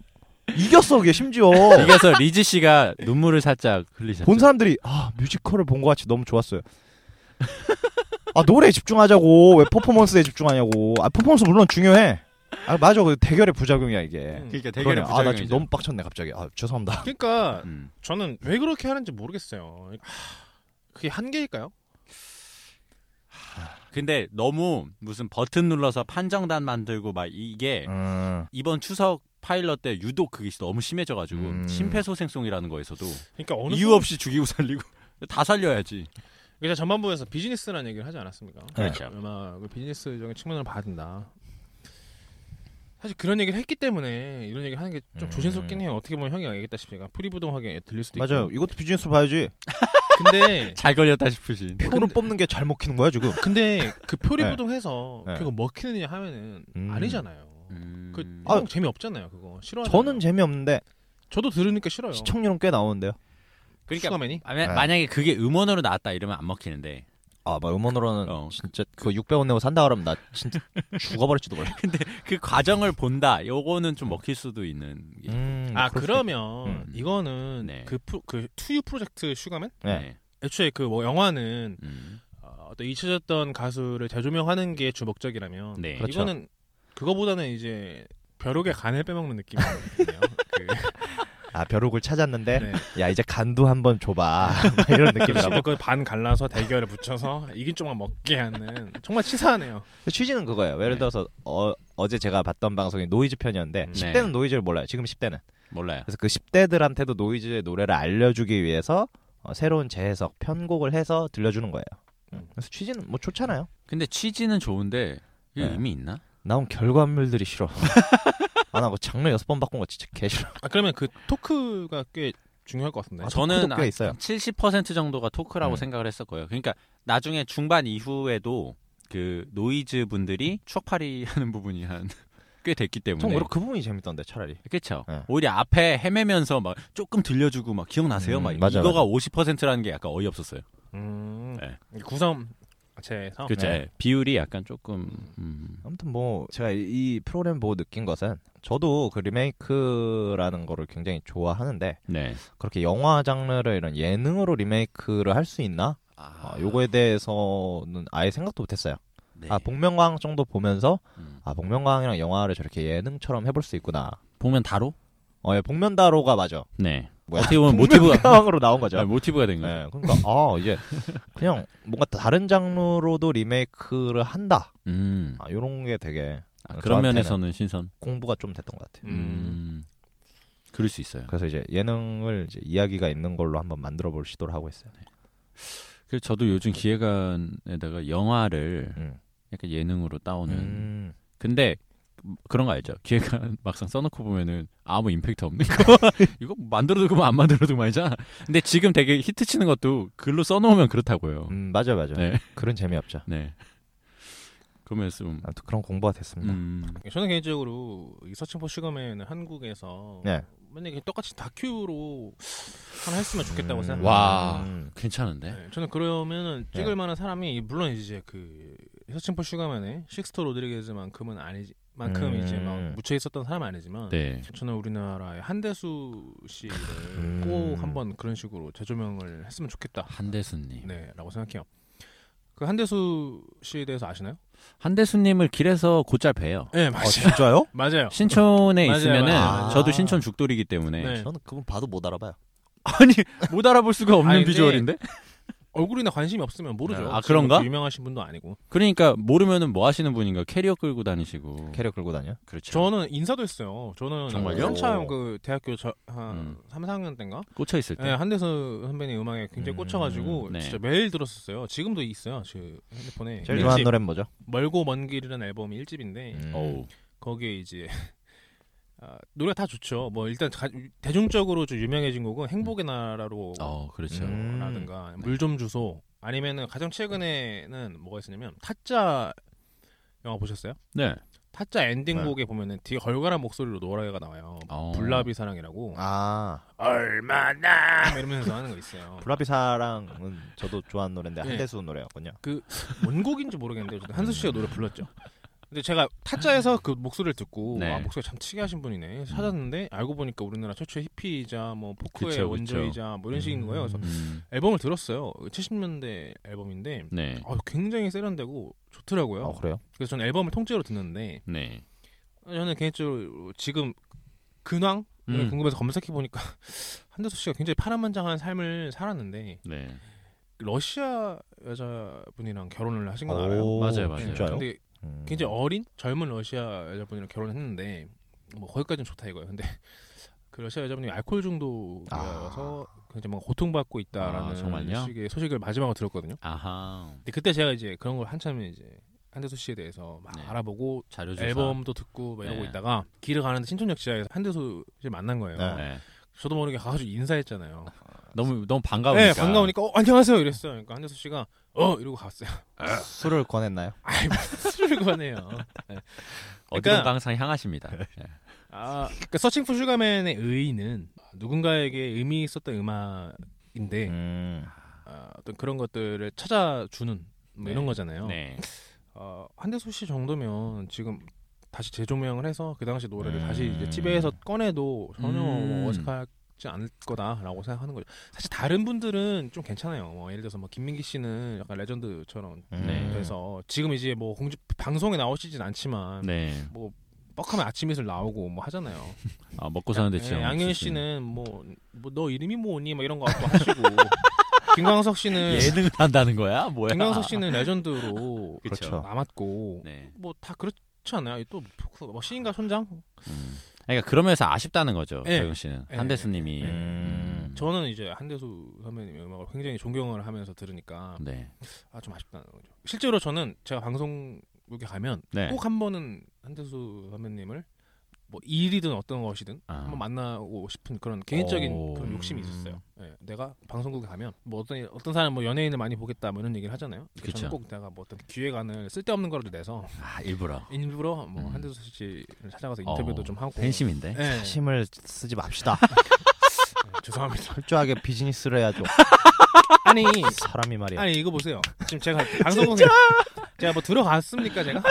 Speaker 3: 이겼어 그게 심지어
Speaker 2: 이겨서 리지 씨가 눈물을 살짝 흘리셨죠.
Speaker 3: 본 사람들이 아 뮤지컬을 본 것 같이 너무 좋았어요. 아 노래에 집중하자고 왜 퍼포먼스에 집중하냐고 아 퍼포먼스 물론 중요해 아 맞아 그 대결의 부작용이야 이게
Speaker 1: 음.
Speaker 2: 그러니까 대결의
Speaker 3: 그러네. 아나 지금
Speaker 2: 부작용이죠.
Speaker 3: 너무 빡쳤네 갑자기 아 죄송합니다
Speaker 1: 그러니까
Speaker 2: 음.
Speaker 1: 저는 왜 그렇게 하는지 모르겠어요. 하, 그게 한계일까요?
Speaker 2: 근데 너무 무슨 버튼 눌러서 판정단 만들고 막 이게
Speaker 3: 음.
Speaker 2: 이번 추석 파일럿 때 유독 그게 너무 심해져가지고
Speaker 3: 음.
Speaker 2: 심폐소생술이라는 거에서도
Speaker 1: 그러니까 어느
Speaker 2: 이유 없이 죽이고 살리고 다 살려야지.
Speaker 1: 그래서 전반부에서 비즈니스라는
Speaker 3: 네.
Speaker 1: 얘기를 하지 않았습니까?
Speaker 3: 그렇죠.
Speaker 1: 음악을 비즈니스적인 측면으로 봐야 된다. 사실 그런 얘기를 했기 때문에 이런 얘기 하는 게 좀
Speaker 3: 음.
Speaker 1: 조심스럽긴 해요. 어떻게 보면 형이 알겠다시피 약간 프리부동하게 들릴 수도 있고.
Speaker 3: 맞아요. 이것도 비즈니스 봐야지.
Speaker 1: 근데
Speaker 2: 잘 걸렸다 싶으신.
Speaker 3: 프로를 뽑는 게 잘 먹히는 거야 지금.
Speaker 1: 근데 그 표리부동해서
Speaker 3: 네.
Speaker 1: 결국 먹히느냐 하면은
Speaker 3: 음.
Speaker 1: 아니잖아요.
Speaker 2: 음...
Speaker 1: 그
Speaker 3: 아,
Speaker 1: 형 재미 없잖아요. 그거 싫어.
Speaker 3: 저는 재미없는데
Speaker 1: 저도 들으니까 싫어요.
Speaker 3: 시청률은 꽤 나오는데요.
Speaker 1: 그러니까 슈가맨이
Speaker 2: 아, 마-
Speaker 3: 네.
Speaker 2: 만약에 그게 음원으로 나왔다 이러면 안 먹히는데
Speaker 3: 아, 막 음원으로는
Speaker 2: 어.
Speaker 3: 진짜 그 600원 내고 산다 그러면 나 진짜 죽어버릴지도 몰라.
Speaker 2: 그 과정을 본다. 요거는 좀 먹힐 수도 있는. 게.
Speaker 3: 음,
Speaker 1: 아
Speaker 3: 그럴 수도
Speaker 1: 그러면
Speaker 2: 음.
Speaker 1: 이거는
Speaker 2: 네.
Speaker 1: 그, 프로, 그 투유 프로젝트 슈가맨
Speaker 3: 네.
Speaker 1: 애초에 그 뭐 영화는
Speaker 2: 음.
Speaker 1: 어, 어떤 잊혀졌던 가수를 재조명하는 게 주 목적이라면
Speaker 2: 네.
Speaker 3: 그렇죠.
Speaker 1: 이거는 그거보다는 이제 벼룩의 간을 빼먹는 느낌이에요. 그,
Speaker 3: 있- 아 벼룩을 찾았는데
Speaker 1: 네.
Speaker 3: 야 이제 간도 한번 줘봐 막 이런
Speaker 2: 그렇죠.
Speaker 3: 느낌이라고.
Speaker 1: 그반 갈라서 대결에 붙여서 이긴 쪽만 먹게 하는 정말 치사하네요.
Speaker 3: 취지는 그거예요. 예를
Speaker 2: 네.
Speaker 3: 들어서 어, 어제 제가 봤던 방송이 노이즈 편이었는데
Speaker 1: 네.
Speaker 3: 10대는 노이즈를 몰라요. 지금 10대는.
Speaker 2: 몰라요.
Speaker 3: 그래서 그 10대들한테도 노이즈의 노래를 알려주기 위해서 어, 새로운 재해석, 편곡을 해서 들려주는 거예요.
Speaker 1: 음.
Speaker 3: 그래서 취지는 뭐 좋잖아요.
Speaker 2: 근데 취지는 좋은데 이게
Speaker 3: 네.
Speaker 2: 의미 있나? 나
Speaker 3: 나온 결과물들이 싫어. 아 나 뭐 장르 여섯 번 바꾼 거 진짜 개 싫어.
Speaker 1: 아 그러면 그 토크가 꽤 중요할 것 같은데.
Speaker 3: 아,
Speaker 2: 는
Speaker 3: 토크도 꽤 있어요.
Speaker 2: 70% 정도가 토크라고
Speaker 3: 음.
Speaker 2: 생각을 했었고요. 그러니까 나중에 중반 이후에도 그 노이즈 분들이 추억팔이 하는 부분이 한 꽤 됐기
Speaker 3: 전
Speaker 2: 때문에
Speaker 3: 오히려 그 부분이 재밌던데 차라리.
Speaker 2: 그렇죠.
Speaker 3: 네.
Speaker 2: 오히려 앞에 헤매면서 막 조금 들려주고 막 기억나세요?
Speaker 3: 음,
Speaker 2: 막
Speaker 3: 맞아,
Speaker 2: 이거가 50%라는 게 약간 어이없었어요.
Speaker 1: 음.
Speaker 2: 네.
Speaker 1: 구성 제서
Speaker 2: 그렇죠.
Speaker 3: 네.
Speaker 2: 예, 비율이 약간 조금 음.
Speaker 3: 아무튼 뭐 제가 이 프로그램 보고 느낀 것은 저도 그 리메이크라는 거를 굉장히 좋아하는데
Speaker 2: 네.
Speaker 3: 그렇게 영화 장르를 이런 예능으로 리메이크를 할 수 있나?
Speaker 2: 아,
Speaker 3: 아, 요거에 대해서는 아예 생각도 못했어요.
Speaker 2: 네.
Speaker 3: 아 복면가왕 정도 보면서
Speaker 2: 음.
Speaker 3: 아 복면가왕이랑 영화를 저렇게 예능처럼 해볼 수 있구나.
Speaker 2: 보면 다로?
Speaker 3: 어, 예, 복면다로가 맞아.
Speaker 2: 네.
Speaker 3: 뭐야?
Speaker 2: 어떻게 보면 모티브가
Speaker 3: 복면가왕으로 나온 거죠.
Speaker 2: 아, 모티브가 된 거예요.
Speaker 3: 예, 그러니까 아 이제 그냥 뭔가 다른 장르로도 리메이크를 한다.
Speaker 2: 음.
Speaker 3: 아, 요런 게 되게
Speaker 2: 아, 그런
Speaker 3: 저한테는-
Speaker 2: 면에서는 신선.
Speaker 3: 공부가 좀 됐던 것 같아요.
Speaker 1: 음.
Speaker 2: 음. 그럴 수 있어요.
Speaker 3: 그래서 이제 예능을 이제 이야기가 있는 걸로 한번 만들어 볼 시도를 하고 있어요.
Speaker 2: 그래서 저도 요즘 기획안에다가 영화를
Speaker 3: 음.
Speaker 2: 약간 예능으로 따오는.
Speaker 3: 음.
Speaker 2: 근데 그런 거 알죠? 기획안 막상 써놓고 보면은 아무 임팩트 없는 거. 이거 만들어도 그만 안 만들어도 말이잖아. 근데 지금 되게 히트 치는 것도 글로 써놓으면 그렇다고요.
Speaker 3: 음, 맞아요, 맞아요.
Speaker 2: 네.
Speaker 3: 그런 재미없죠.
Speaker 2: 네. 그러면 좀
Speaker 3: 아무튼 그런 공부가 됐습니다.
Speaker 2: 음.
Speaker 1: 저는 개인적으로 이 서칭 포 슈가맨은 한국에서
Speaker 3: 네.
Speaker 1: 만약에 똑같이 다큐로 하나 했으면 좋겠다고
Speaker 3: 음,
Speaker 1: 뭐 생각합니다.
Speaker 2: 와.
Speaker 3: 음.
Speaker 2: 괜찮은데?
Speaker 1: 네, 저는 그러면은 찍을
Speaker 3: 네.
Speaker 1: 만한 사람이 물론 이제 그 서칭 포 슈가맨의 식스터 로드리게즈만큼은 아니지. 만큼
Speaker 3: 음.
Speaker 1: 이제 막 묻혀 있었던 사람은 아니지만
Speaker 2: 네.
Speaker 1: 저는 우리나라의 한대수 씨를
Speaker 3: 음.
Speaker 1: 꼭 한번 그런 식으로 재조명을 했으면 좋겠다.
Speaker 2: 한대수님.
Speaker 1: 네라고 생각해요. 그 한대수 씨에 대해서 아시나요?
Speaker 2: 한대수님을 길에서 곧잘 뵈요.
Speaker 1: 네
Speaker 3: 아,
Speaker 1: 맞아요.
Speaker 3: 진짜요?
Speaker 1: 맞아요.
Speaker 2: 신촌에
Speaker 1: 맞아요,
Speaker 2: 있으면은
Speaker 3: 맞아요.
Speaker 2: 저도 신촌 죽돌이기 때문에
Speaker 1: 네.
Speaker 3: 저는 그분 봐도 못 알아봐요.
Speaker 2: 아니 못 알아볼 수가 없는
Speaker 1: 아니, 근데-
Speaker 2: 비주얼인데
Speaker 1: 얼굴이나 관심이 없으면 모르죠.
Speaker 2: 아, 그런가?
Speaker 1: 그 유명하신 분도 아니고.
Speaker 2: 그러니까 모르면은 뭐 하시는 분인가 캐리어 끌고 다니시고
Speaker 3: 캐리어 끌고 다녀.
Speaker 2: 그렇죠
Speaker 1: 저는 인사도 했어요. 저는
Speaker 2: 정말요?
Speaker 1: 한참 그 대학교 저, 한
Speaker 2: 음.
Speaker 1: 삼 3, 4학년 때인가?
Speaker 2: 꽂혀 있을 때
Speaker 1: 네, 한대수 선배님 음악에 굉장히
Speaker 3: 음,
Speaker 1: 꽂혀가지고
Speaker 2: 네.
Speaker 1: 진짜 매일 들었었어요. 지금도 있어요. 제 핸드폰에.
Speaker 3: 제일
Speaker 2: 네.
Speaker 3: 좋아하는
Speaker 1: 일집,
Speaker 3: 노래는 뭐죠?
Speaker 1: 멀고 먼 길이라는 앨범이 1집인데
Speaker 3: 음.
Speaker 2: 어우
Speaker 1: 거기에 이제 아, 노래 다 좋죠. 뭐 일단 가- 대중적으로 좀 유명해진 곡은 행복의 나라로
Speaker 2: 어 그렇죠
Speaker 3: 음.
Speaker 1: 라든가 물 좀 주소 아니면은 가장 최근에는 뭐가 있었냐면 타짜 영화 보셨어요?
Speaker 2: 네
Speaker 1: 타짜
Speaker 3: 네.
Speaker 1: 엔딩곡에 보면은 뒤에 걸갈한 목소리로 노래가 나와요.
Speaker 2: 어.
Speaker 1: 불나비 사랑이라고
Speaker 3: 아
Speaker 1: 얼마나 이러면서 하는 거 있어요.
Speaker 3: 브라비 사랑은 저도 좋아하는 노래인데
Speaker 1: 네.
Speaker 3: 한대수 노래였군요.
Speaker 1: 뭔 곡인지 모르겠는데 어쨌든 한수 씨가 노래 불렀죠. 근데 제가 타짜에서 그 목소리를 듣고
Speaker 2: 네. 음.
Speaker 1: 아 목소리 참 특이하신 분이네 찾았는데 알고 보니까 우리나라 최초의 히피이자 뭐 포크의
Speaker 2: 그쵸, 그쵸.
Speaker 1: 원조이자 뭐 이런 식인 거예요. 그래서
Speaker 2: 음.
Speaker 1: 앨범을 들었어요. 70년대 앨범인데
Speaker 2: 네
Speaker 1: 어, 굉장히 세련되고 좋더라고요.
Speaker 3: 아 그래요?
Speaker 1: 그래서 저는 앨범을 통째로 듣는데
Speaker 2: 네.
Speaker 1: 저는 개인적으로 지금 근황 을
Speaker 2: 음.
Speaker 1: 궁금해서 검색해 보니까 한대수 씨가 굉장히 파란만장한 삶을 살았는데
Speaker 2: 네.
Speaker 1: 러시아 여자분이랑 결혼을 하신 건 알아요.
Speaker 3: 오,
Speaker 2: 맞아요, 맞아요.
Speaker 1: 네,
Speaker 3: 진짜요?
Speaker 1: 근데
Speaker 3: 음.
Speaker 1: 굉장히 어린 젊은 러시아 여자분이랑 결혼했는데 뭐 거기까지는 좋다 이거예요. 근데 그 러시아 여자분이 알코올 중독이어서 굉장히 뭔가 고통받고
Speaker 2: 아,
Speaker 1: 있다라는
Speaker 2: 정말요?
Speaker 1: 식의 소식을 마지막으로 들었거든요.
Speaker 2: 아하
Speaker 1: 근데 그때 제가 이제 그런 걸 한참 이제 한대수 씨에 대해서 막
Speaker 2: 네.
Speaker 1: 알아보고
Speaker 2: 자료 조사.
Speaker 1: 앨범도 듣고 막 이러고
Speaker 2: 네.
Speaker 1: 있다가 길을 가는데 신촌역 지하에서 한대수 씨 만난 거예요.
Speaker 3: 네.
Speaker 2: 네.
Speaker 1: 저도 모르게 가가지고 인사했잖아요.
Speaker 2: 너무 너무 반가우니까.
Speaker 1: 네, 반가우니까 어, 안녕하세요 이랬어요. 그러니까 한대수 씨가 어 이러고 갔어요.
Speaker 3: 술을 권했나요?
Speaker 1: 아이 무슨 술을 권해요. 네.
Speaker 2: 어디론가
Speaker 1: 그러니까-
Speaker 2: 항상 향하십니다.
Speaker 1: 아, 그러니까 서칭 푸 슈가맨의 의의는 누군가에게 의미 있었던 음악인데
Speaker 3: 음.
Speaker 1: 아, 어떤 그런 것들을 찾아주는 뭐
Speaker 2: 네.
Speaker 1: 이런 거잖아요.
Speaker 2: 네.
Speaker 1: 어, 한대수 씨 정도면 지금 다시 재조명을 해서 그 당시 노래를
Speaker 3: 음.
Speaker 1: 다시 이제 TV에서 꺼내도 전혀
Speaker 2: 음.
Speaker 1: 뭐 어색하지 않을 거다라고 생각하는 거죠. 사실 다른 분들은 좀 괜찮아요. 뭐 예를 들어서 뭐 김민기 씨는 약간 레전드처럼
Speaker 3: 음.
Speaker 2: 네.
Speaker 1: 돼서 지금 이제 뭐 공지 방송에 나오시진 않지만
Speaker 2: 네.
Speaker 1: 뭐 뻑하면 아침 이슬 나오고 뭐 하잖아요.
Speaker 2: 아, 먹고 사는데 지금.
Speaker 1: 네, 예, 양현 씨는 뭐 뭐 너 이름이 뭐니 막 이런 거 갖고 하시고 김광석 씨는
Speaker 2: 예능을 한다는 거야? 뭐야?
Speaker 1: 네. 김광석 씨는 레전드로
Speaker 3: 그렇죠.
Speaker 1: 남았고
Speaker 2: 네.
Speaker 1: 뭐 다 그렇지 않아요? 또 포크, 뭐 시인과 손장?
Speaker 2: 음. 그러니까 그러면서 아쉽다는 거죠.
Speaker 1: 예.
Speaker 2: 조영 씨는
Speaker 1: 예.
Speaker 2: 한대수님이.
Speaker 1: 예.
Speaker 2: 음.
Speaker 1: 저는 이제 한대수 선배님의 음악을 굉장히 존경을 하면서 들으니까
Speaker 2: 네.
Speaker 1: 아 좀 아쉽다는 거죠. 실제로 저는 제가 방송국에 가면
Speaker 2: 네.
Speaker 1: 꼭 한 번은 한대수 선배님을 뭐 일이든 어떤 것이든
Speaker 2: 아. 어.
Speaker 1: 한번 만나고 싶은 그런 개인적인
Speaker 2: 오.
Speaker 1: 그런 욕심이 있었어요.
Speaker 2: 음.
Speaker 1: 예, 내가 방송국에 가면 뭐 어떤 어떤 사람 뭐 연예인을 많이 보겠다 뭐 이런 얘기를 하잖아요. 그래서
Speaker 2: 그쵸.
Speaker 1: 저는 꼭 내가 뭐 어떤 기획안을 쓸데없는 거라도 내서
Speaker 2: 아, 일부러.
Speaker 1: 일부러 뭐
Speaker 2: 음.
Speaker 1: 한대수 씨를 찾아가서 인터뷰도
Speaker 2: 어,
Speaker 1: 좀 하고
Speaker 2: 팬심인데.
Speaker 1: 예,
Speaker 3: 힘을 쓰지 맙시다.
Speaker 1: 예, 죄송합니다.
Speaker 3: 철저하게 비즈니스를 해야죠.
Speaker 1: 아니
Speaker 3: 사람이
Speaker 2: 예.
Speaker 3: 말이야.
Speaker 1: 아니 이거 보세요. 지금 제가 방송국에 제가 뭐 들어갔습니까 제가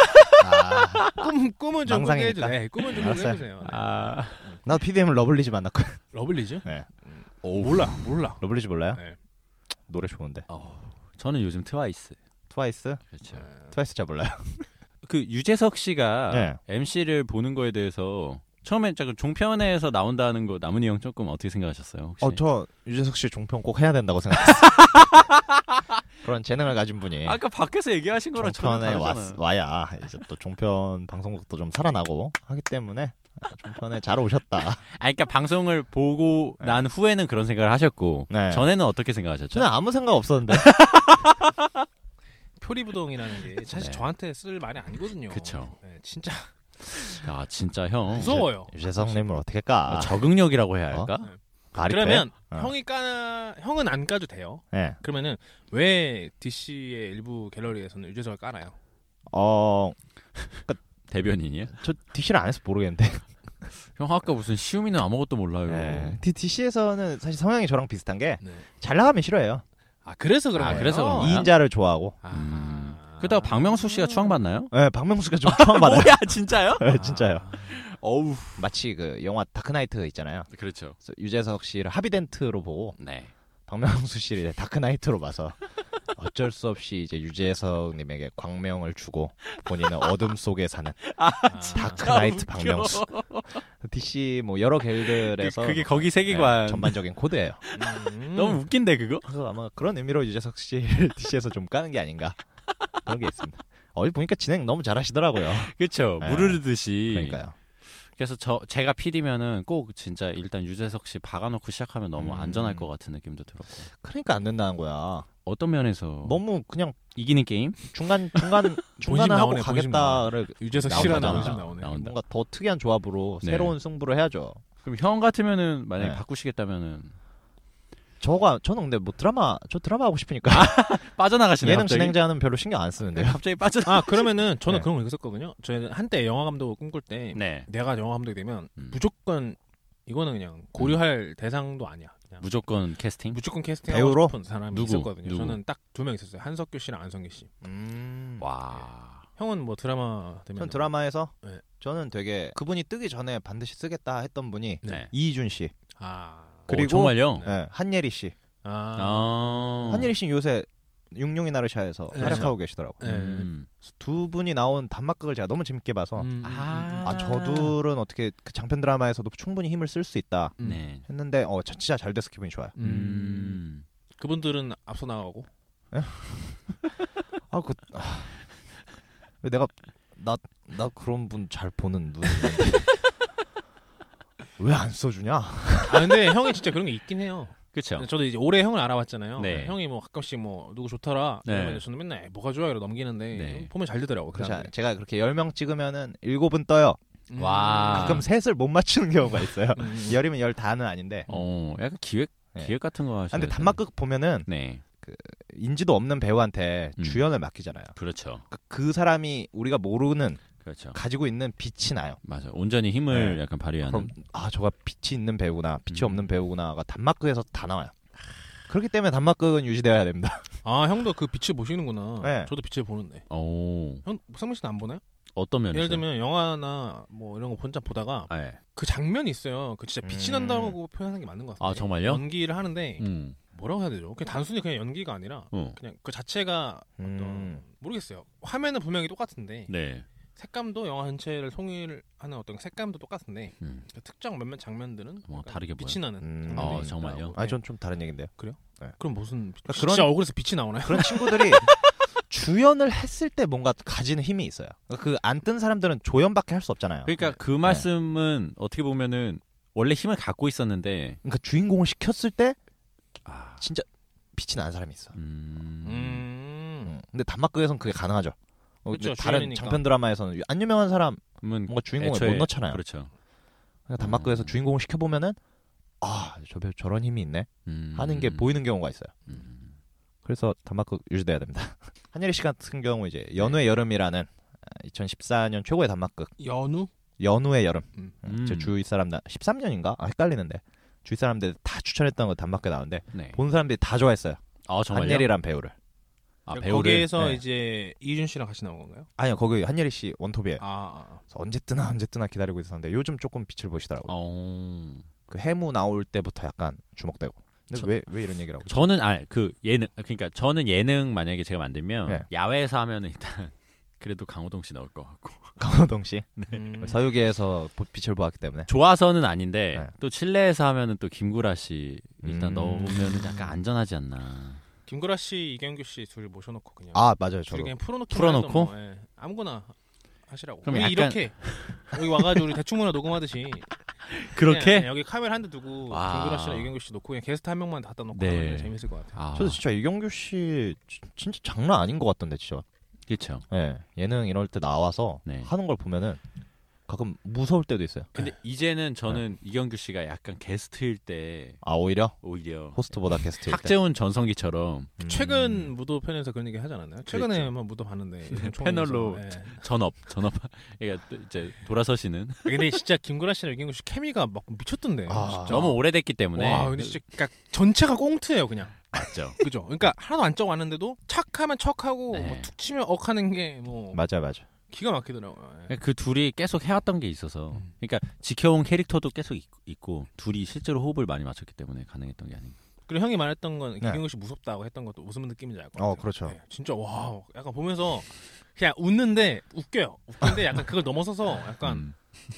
Speaker 3: 아,
Speaker 1: 꿈 꿈은 좀 꾸게
Speaker 3: 망상이니까.
Speaker 1: 해주세요. 네, 꿈은 좀 꾸게
Speaker 3: 알았어요.
Speaker 1: 해주세요. 네.
Speaker 2: 아,
Speaker 3: 나도 PDM을 러블리즈 만났거든.
Speaker 1: 러블리즈?
Speaker 3: 네.
Speaker 1: 몰라 몰라.
Speaker 3: 러블리즈 몰라요?
Speaker 1: 네.
Speaker 3: 노래 좋은데.
Speaker 2: 저는 요즘 트와이스.
Speaker 3: 트와이스?
Speaker 2: 그렇죠.
Speaker 1: 네.
Speaker 3: 트와이스 잘 몰라요.
Speaker 2: 그 유재석 씨가
Speaker 3: 네.
Speaker 2: MC를 보는 거에 대해서 처음에 잠깐 종편에서 나온다는 거 남은이 형 조금 어떻게 생각하셨어요? 혹시?
Speaker 3: 어, 저 유재석 씨 종편 꼭 해야 된다고 생각했어요. 그런 재능을 가진 분이
Speaker 2: 아까 밖에서 얘기하신 거랑 예. 전혀
Speaker 3: 종편에 왔,
Speaker 2: 다르잖아.
Speaker 3: 와야 이제 또 종편 방송국도 좀 살아나고 하기 때문에 종편에 잘 오셨다.
Speaker 2: 아, 그러니까 방송을 보고
Speaker 1: 네.
Speaker 2: 난 후에는 그런 생각을 하셨고
Speaker 3: 네.
Speaker 2: 전에는 어떻게 생각하셨죠?
Speaker 3: 저는 아무 생각 없었는데.
Speaker 1: 표리부동이라는 게 사실
Speaker 2: 네.
Speaker 1: 저한테 쓸 말이 아니거든요.
Speaker 2: 그쵸.
Speaker 1: 네, 진짜
Speaker 2: 아 진짜 형
Speaker 1: 무서워요.
Speaker 3: 유재석님을 어떻게 까?
Speaker 2: 아, 적응력이라고 해야 할까?
Speaker 1: 어?
Speaker 3: 가리
Speaker 1: 그러면
Speaker 3: 어.
Speaker 1: 형이 까 형은 안 까도 돼요.
Speaker 3: 예.
Speaker 1: 그러면은 왜 DC의 일부 갤러리에서는 유재석을 깔아요?
Speaker 3: 어,
Speaker 2: 대변인이야?
Speaker 3: 저 DC를 안 해서 모르겠는데.
Speaker 2: 형 아까 무슨 시우미는 아무것도 몰라요.
Speaker 3: 예. DC에서는 사실 성향이 저랑 비슷한 게 잘
Speaker 1: 네.
Speaker 3: 나가면 싫어해요.
Speaker 1: 아 그래서 그런
Speaker 2: 아,
Speaker 1: 거예요.
Speaker 2: 그래서 그런 거야?
Speaker 3: 이인자를 좋아하고.
Speaker 1: 아.
Speaker 2: 음. 그러다가 박명수 씨가 추앙받나요?
Speaker 3: 예, 박명수가 좀 처음 받아요.
Speaker 2: 뭐야 진짜요?
Speaker 3: 예, 진짜요.
Speaker 2: 어우
Speaker 3: 마치 그 영화 다크나이트 있잖아요.
Speaker 2: 그렇죠.
Speaker 3: 그래서 유재석 씨를 하비덴트로 보고
Speaker 2: 네.
Speaker 3: 박명수 씨를 이제 다크나이트로 봐서 어쩔 수 없이 이제 유재석님에게 광명을 주고 본인은 어둠 속에 사는
Speaker 1: 아,
Speaker 3: 다크나이트
Speaker 2: 웃겨.
Speaker 3: 박명수. DC 뭐 여러 갤들에서
Speaker 2: 그게 거기
Speaker 3: 네,
Speaker 2: 세계관
Speaker 3: 전반적인 코드예요.
Speaker 1: 음.
Speaker 2: 너무 웃긴데 그거?
Speaker 3: 그래서 아마 그런 의미로 유재석 씨를 DC에서 좀 까는 게 아닌가 그런 게 있습니다. 어디 보니까 진행 너무 잘하시더라고요.
Speaker 2: 그렇죠.
Speaker 3: 네.
Speaker 2: 무르르듯이.
Speaker 3: 그러니까요.
Speaker 2: 그래서 저 제가 PD면은 꼭 진짜 일단 유재석 씨 박아놓고 시작하면 너무
Speaker 3: 음.
Speaker 2: 안전할 것 같은 느낌도 들었고
Speaker 3: 그러니까 안 된다는 거야.
Speaker 2: 어떤 면에서
Speaker 3: 너무 그냥
Speaker 2: 이기는 게임
Speaker 3: 중간 중간 중간에 하고
Speaker 1: 나오네, 본심
Speaker 3: 가겠다를
Speaker 1: 유재석
Speaker 3: 나온
Speaker 1: 씨라는
Speaker 3: 거잖아.
Speaker 1: 본심 나오네.
Speaker 2: 나온다.
Speaker 3: 뭔가 더 특이한 조합으로
Speaker 2: 네.
Speaker 3: 새로운 승부를 해야죠.
Speaker 2: 그럼 형 같으면은 만약에
Speaker 3: 네.
Speaker 2: 바꾸시겠다면은
Speaker 3: 저가 저는 근데 뭐 드라마 저 드라마 하고 싶으니까
Speaker 1: 아,
Speaker 2: 빠져나가시네요.
Speaker 3: 예능
Speaker 2: 갑자기. 네,
Speaker 3: 진행자는 별로 신경 안 쓰는데요.
Speaker 2: 갑자기 빠져.
Speaker 1: 아 그러면은 저는
Speaker 3: 네.
Speaker 1: 그런 거 읽었었거든요. 저는 한때 영화 감독을 꿈꿀 때
Speaker 2: 네.
Speaker 1: 내가 영화 감독이 되면
Speaker 2: 음.
Speaker 1: 무조건 이거는 그냥 고려할 대상도 아니야. 그냥
Speaker 2: 무조건 캐스팅.
Speaker 1: 무조건 캐스팅
Speaker 3: 배우로?
Speaker 1: 하고 싶은 사람이
Speaker 2: 누구?
Speaker 1: 있었거든요.
Speaker 2: 누구?
Speaker 1: 저는 딱 두 명 있었어요. 한석규 씨랑 안성기 씨.
Speaker 2: 와.
Speaker 1: 형은 뭐 드라마 되면
Speaker 3: 음. 전 드라마에서
Speaker 1: 네.
Speaker 3: 저는 되게 그분이 뜨기 전에 반드시 쓰겠다 했던 분이
Speaker 2: 네.
Speaker 3: 이희준 씨,
Speaker 1: 아.
Speaker 3: 그리고-
Speaker 2: 오, 정말요?
Speaker 1: 네.
Speaker 3: 예, 한예리 씨.
Speaker 1: 아.
Speaker 2: 아.
Speaker 3: 한예리 씨는 요새 육룡이 나르샤에서
Speaker 1: 네.
Speaker 3: 활약하고 계시더라고요.
Speaker 1: 네.
Speaker 2: 음.
Speaker 3: 두 분이 나온 단막극을 제가 너무 재밌게 봐서
Speaker 1: 음,
Speaker 2: 아.
Speaker 3: 아 저들은 어떻게 그 장편 드라마에서도 충분히 힘을 쓸 수 있다
Speaker 1: 음.
Speaker 2: 네.
Speaker 3: 했는데 어 저- 진짜 잘 돼서 기분이 좋아요.
Speaker 1: 음.
Speaker 2: 음.
Speaker 1: 그분들은 앞서 나가고
Speaker 3: 아, 그 아, 왜 내가 나 나 그런 분 잘 보는 눈. 왜 안 써주냐?
Speaker 1: 아 근데 형이 진짜 그런 게 있긴 해요
Speaker 2: 그렇죠.
Speaker 1: 저도 이제 올해 형을 알아봤잖아요.
Speaker 2: 네.
Speaker 1: 형이 뭐 가끔씩 뭐 누구 좋더라.
Speaker 2: 네.
Speaker 1: 그러면 저는 맨날 뭐가 좋아 이러 넘기는데
Speaker 2: 네.
Speaker 1: 보면 잘 되더라고. 그
Speaker 3: 그래서
Speaker 1: 사람들이.
Speaker 3: 그렇죠. 제가 그렇게 10명 찍으면은 7은 떠요.
Speaker 1: 음.
Speaker 2: 와.
Speaker 3: 가끔 셋을 못 맞추는 경우가 있어요.
Speaker 1: 음.
Speaker 3: 열이면 열 다는 아닌데.
Speaker 2: 어, 약간 기획
Speaker 3: 네.
Speaker 2: 기획 같은 거
Speaker 3: 아,
Speaker 2: 하시는.
Speaker 3: 근데 단막극 보면은
Speaker 2: 네,
Speaker 3: 인지도 없는 배우한테
Speaker 2: 음.
Speaker 3: 주연을 맡기잖아요.
Speaker 2: 그렇죠,
Speaker 3: 그러니까 그 사람이 우리가 모르는
Speaker 2: 그렇죠.
Speaker 3: 가지고 있는 빛이 나요.
Speaker 2: 맞아. 요 온전히 힘을
Speaker 3: 네.
Speaker 2: 약간 발휘하는.
Speaker 3: 그럼 아 저가 빛이 있는 배우구나, 빛이
Speaker 2: 음.
Speaker 3: 없는 배우구나가 단막극에서 다 나와요. 그렇기 때문에 단막극은 유지되어야 됩니다.
Speaker 1: 아 형도 그 빛을 보시는구나.
Speaker 3: 네.
Speaker 1: 저도 빛을 보는데.
Speaker 2: 오,
Speaker 1: 형 상민 씨는 안 보나요?
Speaker 2: 어떤 면에서?
Speaker 1: 예를 들면 영화나 뭐 이런 거 혼자 보다가
Speaker 2: 아, 예.
Speaker 1: 그 장면이 있어요. 그 진짜 빛이
Speaker 3: 음.
Speaker 1: 난다고 표현하는 게 맞는 것 같아요.
Speaker 2: 아, 정말요?
Speaker 1: 연기를 하는데
Speaker 2: 음,
Speaker 1: 뭐라고 해야 되죠? 그냥 단순히 그냥 연기가 아니라
Speaker 2: 어,
Speaker 1: 그냥 그 자체가
Speaker 3: 음.
Speaker 1: 어떤 모르겠어요. 화면은 분명히 똑같은데
Speaker 2: 네,
Speaker 1: 색감도 영화 전체를 통일하는 어떤 색감도 똑같은데
Speaker 2: 음.
Speaker 1: 그 특정 몇몇 장면들은
Speaker 2: 뭔가
Speaker 1: 약간
Speaker 2: 뭐 다르게 보여요. 어,
Speaker 1: 빛이 나는
Speaker 3: 음.
Speaker 1: 장면들이
Speaker 3: 아,
Speaker 1: 있더라고요.
Speaker 2: 정말요?
Speaker 1: 네.
Speaker 3: 아전 좀 다른 얘기인데요.
Speaker 1: 그럼 무슨 빛-
Speaker 3: 그러니까
Speaker 1: 진짜
Speaker 3: 그런-
Speaker 1: 얼굴에서 빛이 나오나요?
Speaker 3: 그런 친구들이 주연을 했을 때 뭔가 가지는 힘이 있어요. 그 안 뜬 사람들은 조연밖에 할 수 없잖아요.
Speaker 2: 그러니까 그 말씀은 어떻게 보면은 원래 힘을 갖고 있었는데,
Speaker 3: 그러니까 주인공을 시켰을 때
Speaker 2: 아,
Speaker 3: 진짜 빛이 나는 사람이 있어.
Speaker 2: 음,
Speaker 1: 음.
Speaker 3: 음. 근데 단막극에서는 그게 가능하죠. 어, 근데
Speaker 1: 그쵸,
Speaker 3: 다른
Speaker 1: 주연이니까.
Speaker 3: 장편 드라마에서는 안 유명한 사람
Speaker 2: 그러면
Speaker 3: 뭔가 주인공을
Speaker 2: 그렇죠. 음. 애초에
Speaker 3: 못 넣잖아요.
Speaker 2: 그렇죠.
Speaker 3: 그러니까 단막극에서
Speaker 2: 음.
Speaker 3: 주인공을 시켜보면은 아저 배우 저런 힘이 있네
Speaker 2: 음.
Speaker 3: 하는 게 보이는 경우가 있어요.
Speaker 2: 음.
Speaker 3: 그래서 단막극 유지돼야 됩니다. 한예리 씨 같은 경우 이제
Speaker 2: 네.
Speaker 3: 연우의 여름이라는 2014년 최고의 단막극
Speaker 1: 연우?
Speaker 3: 연우의 여름
Speaker 2: 음.
Speaker 3: 제 주위 사람들 13년인가 아, 헷갈리는데 주위 사람들 다 추천했던 거 단막극 나오는데
Speaker 2: 네.
Speaker 3: 본 사람들이 다 좋아했어요.
Speaker 2: 아 정말요?
Speaker 3: 한예리란 배우를.
Speaker 2: 아
Speaker 1: 그러니까
Speaker 2: 배우를
Speaker 1: 거기에서
Speaker 3: 네.
Speaker 1: 이제 이준 씨랑 같이 나온 건가요?
Speaker 3: 아니요 거기 한예리 씨
Speaker 2: 네.
Speaker 3: 원톱이에요.
Speaker 1: 아, 아,
Speaker 3: 그래서 언제 뜨나 언제 뜨나 기다리고 있었는데 요즘 조금 빛을 보시더라고요.
Speaker 2: 어...
Speaker 3: 그 해무 나올 때부터 약간 주목되고.
Speaker 2: 저-
Speaker 3: 근데 왜 왜 이런 얘기라고?
Speaker 2: 저는 아, 알그 예능 그러니까 저는 예능 만약에 제가 만들면
Speaker 3: 네.
Speaker 2: 야외에서 하면 일단 그래도 강호동 씨 나올 것 같고
Speaker 3: 강호동 씨
Speaker 2: 네.
Speaker 1: 아. 음.
Speaker 3: 서유기에서 보- 빛을 보았기 때문에.
Speaker 2: 좋아서는 아닌데
Speaker 3: 네.
Speaker 2: 또 실내에서 하면은 또 김구라 씨 일단
Speaker 3: 음.
Speaker 2: 넣어보면은 약간 안전하지 않나
Speaker 1: 김구라 씨, 이경규 씨 둘 모셔놓고 그냥
Speaker 3: 아 맞아요
Speaker 1: 둘이
Speaker 3: 저도.
Speaker 1: 그냥 풀어놓기만
Speaker 2: 풀어놓고?
Speaker 1: 해서 뭐, 예, 아무거나 하시라고.
Speaker 2: 그럼
Speaker 1: 우리
Speaker 2: 약간-
Speaker 1: 이렇게 여기 와가지고 우리 대충 문화 녹음하듯이 그냥,
Speaker 2: 그렇게
Speaker 1: 예, 여기 카메라 한 대 두고
Speaker 2: 와.
Speaker 1: 김구라 씨랑 이경규 씨 놓고 그냥 게스트 한 명만 갖다 놓고
Speaker 2: 네.
Speaker 1: 하면 재밌을 것 같아요.
Speaker 2: 아
Speaker 3: 저도 진짜 이경규 씨 지- 진짜 장난 아닌 것 같던데 진짜.
Speaker 2: 그렇죠
Speaker 3: 예 예능 이럴 때 나와서
Speaker 2: 네.
Speaker 3: 하는 걸 보면은 가끔 무서울 때도 있어요.
Speaker 2: 근데 이제는 저는
Speaker 3: 네.
Speaker 2: 이경규 씨가 약간 게스트일 때
Speaker 3: 아 오히려
Speaker 2: 오히려
Speaker 3: 호스트보다 게스트.
Speaker 2: 박재훈 전성기처럼
Speaker 1: 음. 최근 무도 편에서 그런 얘기 하지 않았나요? 최근에
Speaker 2: 음. 그랬죠. 네,
Speaker 1: 한번 무도 봤는데 총회에서,
Speaker 2: 패널로.
Speaker 1: 예.
Speaker 2: 전업 전업 그러니까 또 이제 돌아서시는
Speaker 1: 근데 진짜 김구라 씨랑 이경규 씨 케미가 막 미쳤던데.
Speaker 3: 아,
Speaker 1: 진짜.
Speaker 2: 너무 오래됐기 때문에
Speaker 1: 와, 근데 진짜 그러니까 전체가 꽁트예요, 그냥.
Speaker 2: 맞죠
Speaker 1: 그죠? 그러니까 하나도 안 짜고 왔는데도 착하면 척하고
Speaker 2: 네.
Speaker 1: 뭐툭 치면 억하는 게 뭐
Speaker 3: 맞아 맞아.
Speaker 1: 기가 막히더라고요. 예.
Speaker 2: 그러니까 그 둘이 계속 해왔던 게 있어서
Speaker 1: 음.
Speaker 2: 그러니까 지켜온 캐릭터도 계속 있- 있고 둘이 실제로 호흡을 많이 맞췄기 때문에 가능했던 게 아닌가
Speaker 1: 그리고 형이 말했던 건
Speaker 3: 네.
Speaker 1: 김경규 씨 무섭다고 했던 것도 무슨 느낌인지 알 것 같아요.
Speaker 3: 어 그렇죠.
Speaker 1: 네, 진짜 와 약간 보면서 그냥 웃는데 웃겨요. 웃긴데 약간 그걸 넘어서서 약간
Speaker 2: 음.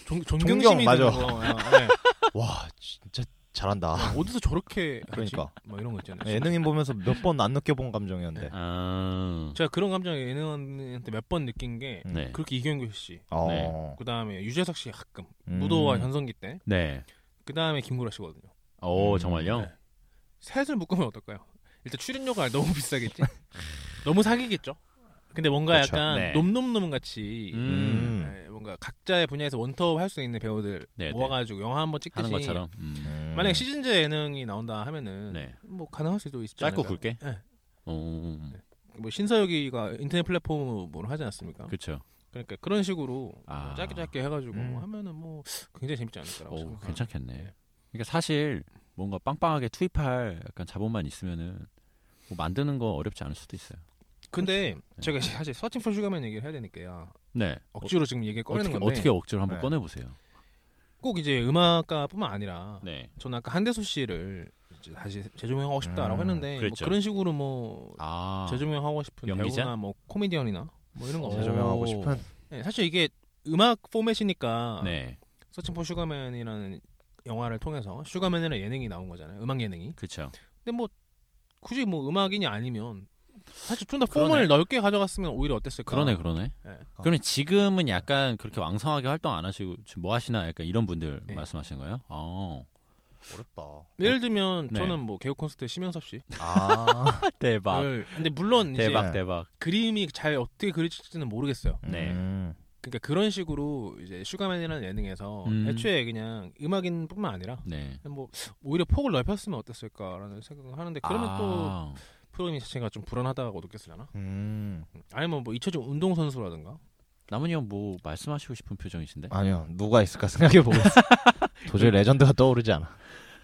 Speaker 1: 존,
Speaker 3: 존경,
Speaker 1: 존경심이
Speaker 3: 맞아.
Speaker 1: 드는 거. 예, 예.
Speaker 3: 와 진짜 잘한다.
Speaker 1: 어디서 저렇게 하지?
Speaker 3: 아. 그러니까.
Speaker 1: 막 이런 거 있잖아요.
Speaker 3: 예능인 보면서 몇 번 안 느껴본
Speaker 1: 네.
Speaker 3: 감정이었는데.
Speaker 2: 아,
Speaker 1: 제가 그런 감정을 예능한테 몇 번 느낀 게
Speaker 3: 음.
Speaker 2: 네.
Speaker 1: 그렇게 이경규 씨,
Speaker 3: 어.
Speaker 2: 네.
Speaker 1: 그 다음에 유재석 씨 가끔
Speaker 3: 음.
Speaker 1: 무도와 전성기 때,
Speaker 2: 네.
Speaker 1: 그 다음에 김구라 씨거든요.
Speaker 2: 오
Speaker 3: 음,
Speaker 2: 정말요?
Speaker 1: 네. 셋을 묶으면 어떨까요? 일단 출연료가 너무 비싸겠지. 너무 사기겠죠. 근데 뭔가
Speaker 3: 그렇죠.
Speaker 1: 약간
Speaker 2: 네.
Speaker 1: 놈놈놈 같이
Speaker 2: 음.
Speaker 3: 음.
Speaker 1: 예, 뭔가 각자의 분야에서 원톱 할 수 있는 배우들
Speaker 2: 네, 네.
Speaker 1: 모아가지고 영화 한번
Speaker 2: 하는
Speaker 1: 찍듯이
Speaker 2: 것처럼. 음.
Speaker 1: 만약 시즌제 예능이 나온다 하면은
Speaker 2: 네.
Speaker 1: 뭐 가능할 수도 있지
Speaker 2: 짧고
Speaker 1: 않을까?
Speaker 2: 굵게.
Speaker 1: 네.
Speaker 2: 오,
Speaker 1: 뭐 신서유기가 인터넷 플랫폼으로 하지 않습니까?
Speaker 2: 그렇죠.
Speaker 1: 그러니까 그런 식으로
Speaker 2: 아.
Speaker 1: 짧게 짧게 해가지고
Speaker 3: 음.
Speaker 1: 하면은 뭐 굉장히 재밌지 않을까라고
Speaker 2: 오,
Speaker 1: 생각합니다.
Speaker 2: 괜찮겠네.
Speaker 1: 네.
Speaker 2: 그러니까 사실 뭔가 빵빵하게 투입할 약간 자본만 있으면은 뭐 만드는 거 어렵지 않을 수도 있어요.
Speaker 1: 근데 제가 이제 사실 서칭 풀 슈가맨 얘기를 해야 되니까
Speaker 2: 네.
Speaker 1: 억지로 지금 얘기 를 꺼내는
Speaker 2: 어떻게,
Speaker 1: 건데
Speaker 2: 어떻게 억지로 한번
Speaker 3: 네.
Speaker 2: 꺼내보세요.
Speaker 1: 꼭 이제 음악가뿐만 아니라
Speaker 2: 네.
Speaker 1: 저는 아까 한대수 씨를 이제 다시 재조명하고 싶다라고
Speaker 3: 음,
Speaker 1: 했는데
Speaker 2: 그랬죠.
Speaker 1: 뭐 그런 식으로 뭐
Speaker 2: 아,
Speaker 1: 재조명하고 싶은
Speaker 2: 연기자?
Speaker 1: 배우나 뭐 코미디언이나 뭐 이런 거 없어요?
Speaker 3: 재조명하고
Speaker 2: 오.
Speaker 3: 싶은
Speaker 1: 네, 사실 이게 음악 포맷이니까
Speaker 2: 네.
Speaker 1: 서칭 포 슈가맨이라는 영화를 통해서 슈가맨이라는 예능이 나온 거잖아요. 음악 예능이.
Speaker 2: 그렇죠.
Speaker 1: 근데 뭐 굳이 뭐 음악인이 아니면 사실 좀 더
Speaker 2: 그러네.
Speaker 1: 폼을 넓게 가져갔으면 오히려 어땠을까?
Speaker 2: 그러네, 그러네.
Speaker 1: 예.
Speaker 2: 그러면 지금은 약간 그렇게 왕성하게 활동 안 하시고 지금 뭐 하시나 약간 이런 분들
Speaker 1: 네.
Speaker 2: 말씀하시는 거예요? 어.
Speaker 3: 어렵다.
Speaker 1: 예를 들면
Speaker 2: 네.
Speaker 1: 저는 뭐 개그 콘서트 심영섭 씨.
Speaker 3: 아,
Speaker 2: 대박.
Speaker 1: 를 근데 물론 이제
Speaker 2: 대박 대박.
Speaker 1: 그림이 잘 어떻게 그려질지는 모르겠어요.
Speaker 2: 네.
Speaker 3: 음.
Speaker 1: 그러니까 그런 식으로 이제 슈가맨이라는 예능에서
Speaker 2: 음.
Speaker 1: 애초에 그냥 음악인뿐만 아니라
Speaker 2: 네.
Speaker 1: 뭐 오히려 폭을 넓혔으면 어땠을까라는 생각을 하는데 그러면 또
Speaker 2: 아.
Speaker 1: 프로그램 자체가 좀 불안하다고 느꼈으려나?
Speaker 3: 음.
Speaker 1: 아니면 뭐 잊혀진 운동 선수라든가
Speaker 2: 남은이 형 뭐 말씀하시고 싶은 표정이신데?
Speaker 3: 아니요, 누가 있을까 생각해 보고 있어. 도저히 레전드가 떠오르지 않아.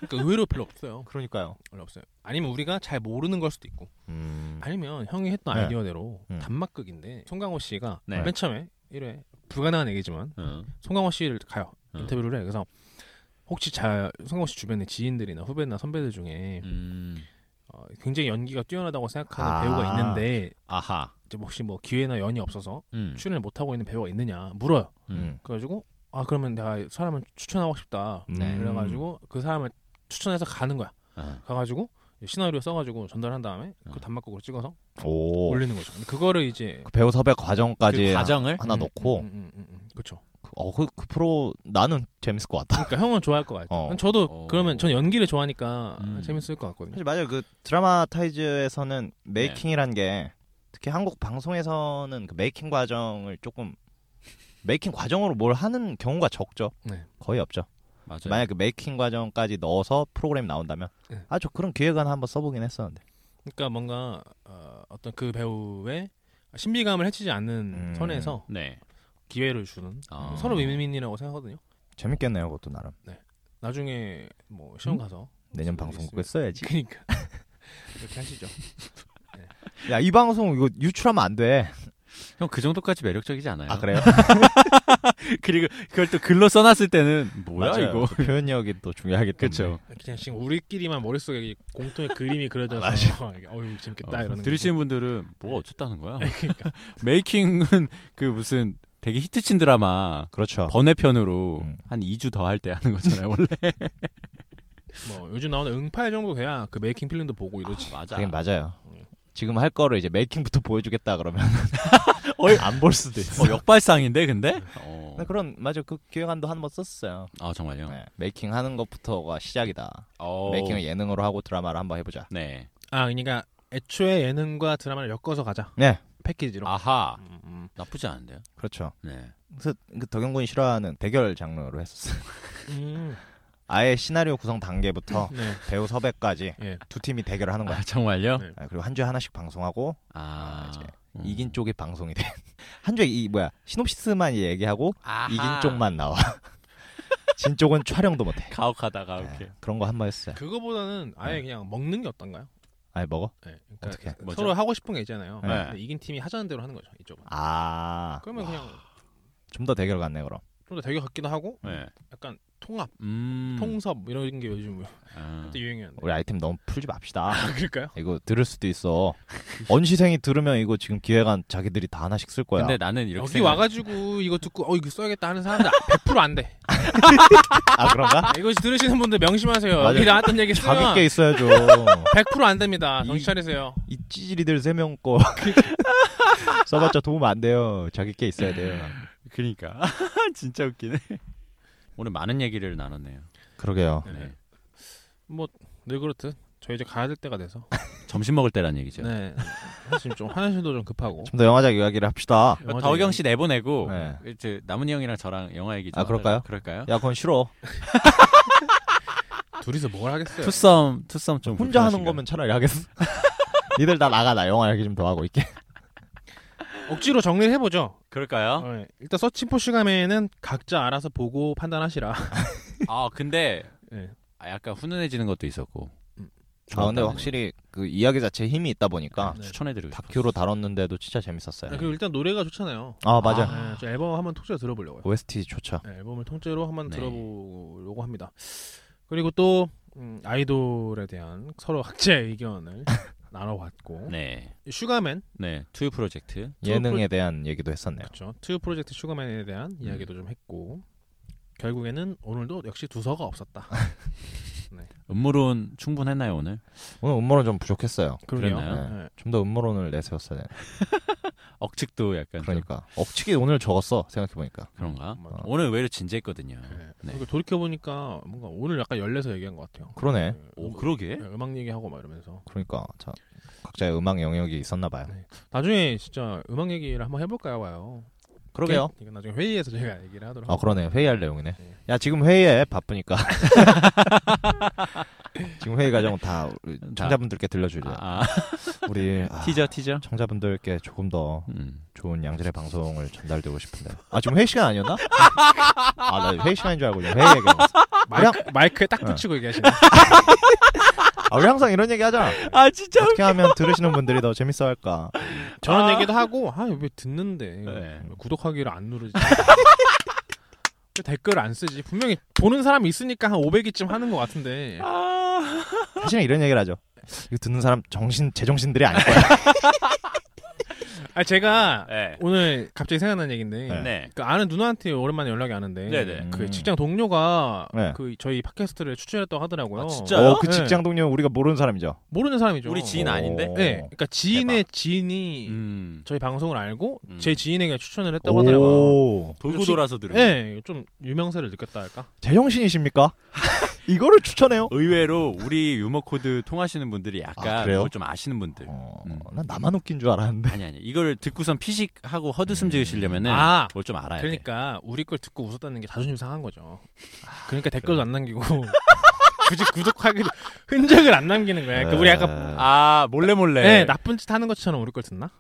Speaker 1: 그러니까 의외로 별로 없어요.
Speaker 3: 그러니까요.
Speaker 1: 별로 없어요. 아니면 우리가 잘 모르는 걸 수도 있고
Speaker 3: 음.
Speaker 1: 아니면 형이 했던
Speaker 3: 네.
Speaker 1: 아이디어대로
Speaker 3: 음.
Speaker 1: 단막극인데 송강호 씨가
Speaker 2: 네.
Speaker 1: 맨 처음에 1회 불가능한 얘기지만
Speaker 2: 어.
Speaker 1: 송강호 씨를 가요
Speaker 2: 어.
Speaker 3: 음.
Speaker 1: 인터뷰를 해 그래서 혹시 잘 송강호 씨 주변에 지인들이나 후배나 선배들 중에
Speaker 2: 음.
Speaker 1: 어, 굉장히 연기가 뛰어나다고 생각하는
Speaker 3: 아.
Speaker 1: 배우가 있는데
Speaker 2: 아하.
Speaker 1: 이제 혹시 뭐 기회나 연이 없어서
Speaker 2: 음.
Speaker 1: 출연을 못 하고 있는 배우가 있느냐 물어요.
Speaker 2: 음.
Speaker 3: 음.
Speaker 1: 그래가지고 아 그러면 내가 사람을 추천하고 싶다.
Speaker 2: 네.
Speaker 1: 그래가지고 그 사람을 추천해서 가는 거야.
Speaker 2: 아.
Speaker 1: 가가지고 시나리오 써가지고 전달한 다음에
Speaker 2: 어.
Speaker 1: 그 단막극으로 찍어서
Speaker 3: 아. 오.
Speaker 1: 올리는 거죠. 근데 그거를 이제
Speaker 3: 그 배우 섭외 과정까지
Speaker 2: 그 과정을
Speaker 3: 예. 아, 하나
Speaker 1: 음,
Speaker 3: 넣고.
Speaker 1: 음, 음, 음, 음. 그렇죠.
Speaker 3: 어, 그, 그 프로 나는 재밌을 것 같다.
Speaker 1: 그러니까 형은 좋아할 것 같아요.
Speaker 3: 어.
Speaker 1: 저도
Speaker 2: 어.
Speaker 1: 그러면 전 연기를 좋아하니까
Speaker 2: 음.
Speaker 1: 재밌을 것 같거든요.
Speaker 3: 사실 맞아요. 그 드라마타이즈에서는 메이킹이란 게 특히 한국 방송에서는 그 메이킹 과정을 조금 메이킹 과정으로 뭘 하는 경우가 적죠.
Speaker 1: 네.
Speaker 3: 거의 없죠.
Speaker 2: 맞아요.
Speaker 3: 만약 그 메이킹 과정까지 넣어서 프로그램이 나온다면
Speaker 1: 네.
Speaker 3: 아 저 그런 기획안 한번 써보긴 했었는데.
Speaker 1: 그러니까 뭔가 어, 어떤 그 배우의 신비감을 해치지 않는
Speaker 3: 음. 어.
Speaker 1: 선에서
Speaker 2: 네.
Speaker 1: 기회를 주는
Speaker 2: 아.
Speaker 1: 음, 서로 윈윈이라고 생각하거든요.
Speaker 3: 재밌겠네요, 그것도 나름.
Speaker 1: 나중에 뭐 시험
Speaker 3: 음?
Speaker 1: 가서 무슨
Speaker 3: 내년
Speaker 1: 일이
Speaker 3: 방송국에 써야지.
Speaker 1: 있으면- 그러니까 이렇게 하시죠.
Speaker 3: 야, 이 방송 이거 유출하면 안 돼.
Speaker 2: 형 그 정도까지 매력적이지 않아요?
Speaker 3: 아, 그래요?
Speaker 2: 그리고 그걸 또 글로 써놨을 때는 뭐야
Speaker 3: 맞아요.
Speaker 2: 이거?
Speaker 3: 그 표현력이 또 중요하기 때문에.
Speaker 2: 그렇죠.
Speaker 1: 그냥 지금 우리끼리만 머릿속에 이 공통의 그림이 그려져서 어유 재밌겠다
Speaker 2: 어,
Speaker 1: 네. 이러는
Speaker 2: 들으시는 분들은 뭐가 어쨌다는
Speaker 1: 거죠.
Speaker 2: 거야?
Speaker 1: 그러니까
Speaker 2: 메이킹은 그 무슨 되게 히트친 드라마
Speaker 3: 그렇죠.
Speaker 2: 번외편으로
Speaker 3: 음.
Speaker 2: 한 2주 더 할 때 하는 거잖아요 원래.
Speaker 1: 뭐 요즘 나오는 응팔 정도 돼야 그 메이킹 필름도 보고 이러지.
Speaker 2: 맞아.
Speaker 3: 그게 맞아요.
Speaker 1: 음.
Speaker 3: 지금 할 거를 이제 메이킹부터 보여주겠다 그러면 안 볼 수도 있어.
Speaker 2: 어, 역발상인데 근데. 어.
Speaker 3: 그런 맞아 그 기획안도 한 번 썼어요.
Speaker 2: 아 정말요?
Speaker 3: 네, 메이킹 하는 것부터가 시작이다.
Speaker 2: 어.
Speaker 3: 메이킹을 예능으로 하고 드라마를 한번 해보자.
Speaker 2: 네.
Speaker 1: 아 그러니까 애초에 예능과 드라마를 엮어서 가자
Speaker 3: 네,
Speaker 1: 패키지로.
Speaker 2: 아하.
Speaker 1: 음, 음.
Speaker 2: 나쁘지 않은데요.
Speaker 3: 그렇죠.
Speaker 2: 네.
Speaker 3: 그래서 그 덕영군이 싫어하는 대결 장르로 했었어요.
Speaker 1: 음,
Speaker 3: 아예 시나리오 구성 단계부터
Speaker 1: 네.
Speaker 3: 배우 섭외까지
Speaker 1: 예.
Speaker 3: 두 팀이 대결을 하는 거야.
Speaker 2: 아 정말요?
Speaker 1: 네.
Speaker 3: 아, 그리고 한 주에 하나씩 방송하고
Speaker 2: 아.
Speaker 3: 아, 이제
Speaker 2: 음.
Speaker 3: 이긴 쪽이 방송이 돼. 한 주에 이 뭐야 시놉시스만 얘기하고
Speaker 2: 아하.
Speaker 3: 이긴 쪽만 나와. 진 쪽은 촬영도 못해.
Speaker 2: 가혹하다 가혹해.
Speaker 3: 네, 그런 거 한 번 했어요.
Speaker 1: 그거보다는 아예
Speaker 3: 네.
Speaker 1: 그냥 먹는 게 어떤가요?
Speaker 3: 아니 먹어?
Speaker 1: 네. 그러니까
Speaker 3: 어떻게?
Speaker 1: 서로
Speaker 2: 뭐죠?
Speaker 1: 하고 싶은 게 있잖아요.
Speaker 3: 네.
Speaker 1: 근데 이긴 팀이 하자는 대로 하는 거죠. 이쪽은.
Speaker 3: 아.
Speaker 1: 그러면 그냥
Speaker 3: 좀 더 대결 같네 그럼.
Speaker 1: 좀 더 대결 같기도 하고
Speaker 2: 네.
Speaker 1: 약간 통합,
Speaker 2: 음.
Speaker 1: 통섭 이런 게 요즘
Speaker 2: 아.
Speaker 1: 그때 유행이었는데.
Speaker 3: 우리 아이템 너무 풀지 맙시다.
Speaker 1: 아, 그럴까요?
Speaker 3: 이거 들을 수도 있어. 언시생이 들으면 이거 지금 기획안 자기들이 다 하나씩 쓸 거야.
Speaker 2: 근데 나는 이렇게
Speaker 1: 여기
Speaker 2: 생각-
Speaker 1: 와가지고 이거 듣고 어 이거 써야겠다 하는 사람들 100%안 돼.
Speaker 3: 아 그런가?
Speaker 1: 이거 들으시는 분들 명심하세요.
Speaker 3: 맞아요.
Speaker 1: 여기 나왔던 얘기 쓰면
Speaker 3: 자격게 있어야죠.
Speaker 1: 100%안 됩니다. 정신
Speaker 3: 이-
Speaker 1: 차리세요.
Speaker 3: 이 찌질이들 세 명 거 써봤자 도움 안 돼요. 자격게 있어야 돼요.
Speaker 2: 그니까 그러니까. 진짜 웃기네. 오늘 많은 얘기를 나눴네요.
Speaker 3: 그러게요.
Speaker 1: 네.
Speaker 2: 네.
Speaker 1: 뭐 늘 그렇듯 저희 이제 가야 될 때가 돼서.
Speaker 2: 점심 먹을 때란 얘기죠.
Speaker 1: 네. 사실 좀 화장실도 좀 급하고.
Speaker 3: 좀 더 영화작 이야기를 합시다.
Speaker 1: 영화
Speaker 2: 아, 그 더경
Speaker 1: 중에-
Speaker 2: 씨 내보내고
Speaker 3: 네.
Speaker 2: 이제 남은이 형이랑 저랑 영화 얘기 좀
Speaker 3: 아, 그럴까요?
Speaker 2: 하자. 그럴까요?
Speaker 3: 야 그건 싫어.
Speaker 1: 둘이서 뭘 하겠어요?
Speaker 2: 투썸 투썸 좀
Speaker 3: 혼자 하는
Speaker 2: 불편하신가요?
Speaker 3: 거면 차라리 하겠어. 니들 다 나가 나 영화 얘기 좀 더 하고 있게.
Speaker 1: 억지로 정리를 해보죠.
Speaker 2: 그럴까요?
Speaker 1: 어, 예. 일단 서치 포시감에는 각자 알아서 보고 판단하시라.
Speaker 2: 아 근데
Speaker 1: 네.
Speaker 2: 아, 약간 훈훈해지는 것도 있었고
Speaker 3: 아 근데
Speaker 2: 좋았다네요.
Speaker 3: 확실히 그 이야기 자체에 힘이 있다 보니까
Speaker 1: 네.
Speaker 2: 추천해드리고 싶어요.
Speaker 3: 다큐로 다뤘는데도 진짜 재밌었어요.
Speaker 1: 아, 그리고 일단 노래가 좋잖아요.
Speaker 3: 아 맞아.
Speaker 2: 아.
Speaker 1: 예, 저 앨범 한번 통째로 들어보려고요.
Speaker 3: OST 좋죠.
Speaker 1: 네, 앨범을 통째로 한번
Speaker 2: 네.
Speaker 1: 들어보려고 합니다. 그리고 또 음, 아이돌에 대한 서로 각자의 의견을 나눠봤고
Speaker 2: 네,
Speaker 1: 슈가맨
Speaker 2: 네 투유 프로젝트.
Speaker 3: 예능에 대한 얘기도 했었네요.
Speaker 1: 그렇죠. 투 프로젝트 슈가맨에 대한 이야기도 좀 했고 결국에는 오늘도 역시 두서가 없었다.
Speaker 2: 음모론 충분했나요 오늘?
Speaker 3: 오늘 음모론 좀 부족했어요.
Speaker 1: 그러네요.
Speaker 2: 그랬나요?
Speaker 1: 네.
Speaker 2: 그렇죠.
Speaker 3: 좀 더 음모론을 내세웠어야 돼.
Speaker 2: 억측도 약간 좀
Speaker 3: 그러니까 억측이 오늘 적었어 생각해 보니까.
Speaker 2: 그런가?
Speaker 1: 맞아.
Speaker 2: 오늘 의외로 진지했거든요. 어.
Speaker 1: 그
Speaker 2: 네.
Speaker 1: 돌이켜 보니까 뭔가 오늘 약간 열내서 얘기한 것 같아요.
Speaker 3: 그러네.
Speaker 1: 네,
Speaker 2: 오
Speaker 1: 음악-
Speaker 2: 그러게?
Speaker 1: 네, 음악 얘기하고 막 이러면서
Speaker 3: 그러니까 참 각자의 음악 영역이 있었나 봐요.
Speaker 1: 네. 나중에 진짜 음악 얘기를 한번 해볼까 봐요. 네?
Speaker 3: 그러게요.
Speaker 2: 네.
Speaker 1: 이건 나중에 회의에서 제가 얘기를 하도록.
Speaker 3: 아 그러네 회의할 내용이네.
Speaker 1: 네.
Speaker 3: 야 지금 회의해 바쁘니까. 지금 회의 과정 다 우리 청자분들께 들려주려.
Speaker 2: 아,
Speaker 3: 우리
Speaker 2: 아.
Speaker 3: 아,
Speaker 2: 티저 티저.
Speaker 3: 청자분들께 조금 더
Speaker 2: 음.
Speaker 3: 좋은 양질의 방송을 전달되고 싶은데. 아 지금 회의 시간 아니었나? 아나 회의 시간인 줄 알고 그냥 회의 얘기.
Speaker 1: 마이크, 마이크에 딱 붙이고 얘기하시네.
Speaker 3: 아 우리 항상 이런 얘기 하잖아.
Speaker 2: 아 진짜.
Speaker 3: 어떻게 하면 들으시는 분들이 더 재밌어할까.
Speaker 1: 저런
Speaker 2: 아.
Speaker 1: 얘기도 하고 아왜 듣는데
Speaker 2: 네.
Speaker 1: 왜 구독하기를 안 누르지? 왜 댓글 안 쓰지? 분명히 보는 사람이 있으니까 한 500이쯤 하는 것 같은데
Speaker 2: 아,
Speaker 3: 사실은 이런 얘기를 하죠. 이거 듣는 사람 정신 제정신들이 아닐 거야.
Speaker 1: 아 제가
Speaker 2: 네.
Speaker 1: 오늘 갑자기 생각난 얘긴데
Speaker 3: 네.
Speaker 2: 네.
Speaker 1: 그 아는 누나한테 오랜만에 연락이 아는데
Speaker 2: 네네.
Speaker 1: 그 직장 동료가
Speaker 3: 네.
Speaker 1: 그 저희 팟캐스트를 추천했다고 하더라고요.
Speaker 2: 아, 진짜요?
Speaker 3: 어, 그
Speaker 1: 네.
Speaker 3: 직장 동료 우리가 모르는 사람이죠. 어.
Speaker 1: 모르는 사람이죠.
Speaker 2: 우리 지인 아닌데?
Speaker 3: 오.
Speaker 1: 네, 그러니까 지인의 지인이
Speaker 2: 음.
Speaker 1: 저희 방송을 알고
Speaker 2: 음.
Speaker 1: 제 지인에게 추천을 했다고 하더라고요.
Speaker 3: 오.
Speaker 2: 돌고
Speaker 1: 혹시-
Speaker 2: 돌아서 들은.
Speaker 1: 네, 좀 유명세를 느꼈다 할까?
Speaker 3: 제정신이십니까? 이거를 추천해요?
Speaker 2: 의외로 우리 유머 코드 통하시는 분들이
Speaker 3: 아,
Speaker 2: 약간
Speaker 3: 그래요?
Speaker 2: 그걸 좀 아시는 분들.
Speaker 3: 어,
Speaker 2: 음.
Speaker 3: 난 나만 웃긴 줄 알았는데.
Speaker 2: 아니 아니. 이걸 듣고선 피식하고 헛웃음 지으시려면은
Speaker 1: 아,
Speaker 2: 뭘 좀 알아야 돼.
Speaker 1: 그러니까 우리 걸 듣고 웃었다는 게 자존심 상한 거죠. 그러니까 댓글도 안 남기고 굳이 구독하기 흔적을 안 남기는 거야. 그러니까 우리 약간
Speaker 3: 에,
Speaker 2: 아 몰래 몰래.
Speaker 1: 네, 나쁜 짓 하는 것처럼 우리 걸 듣나?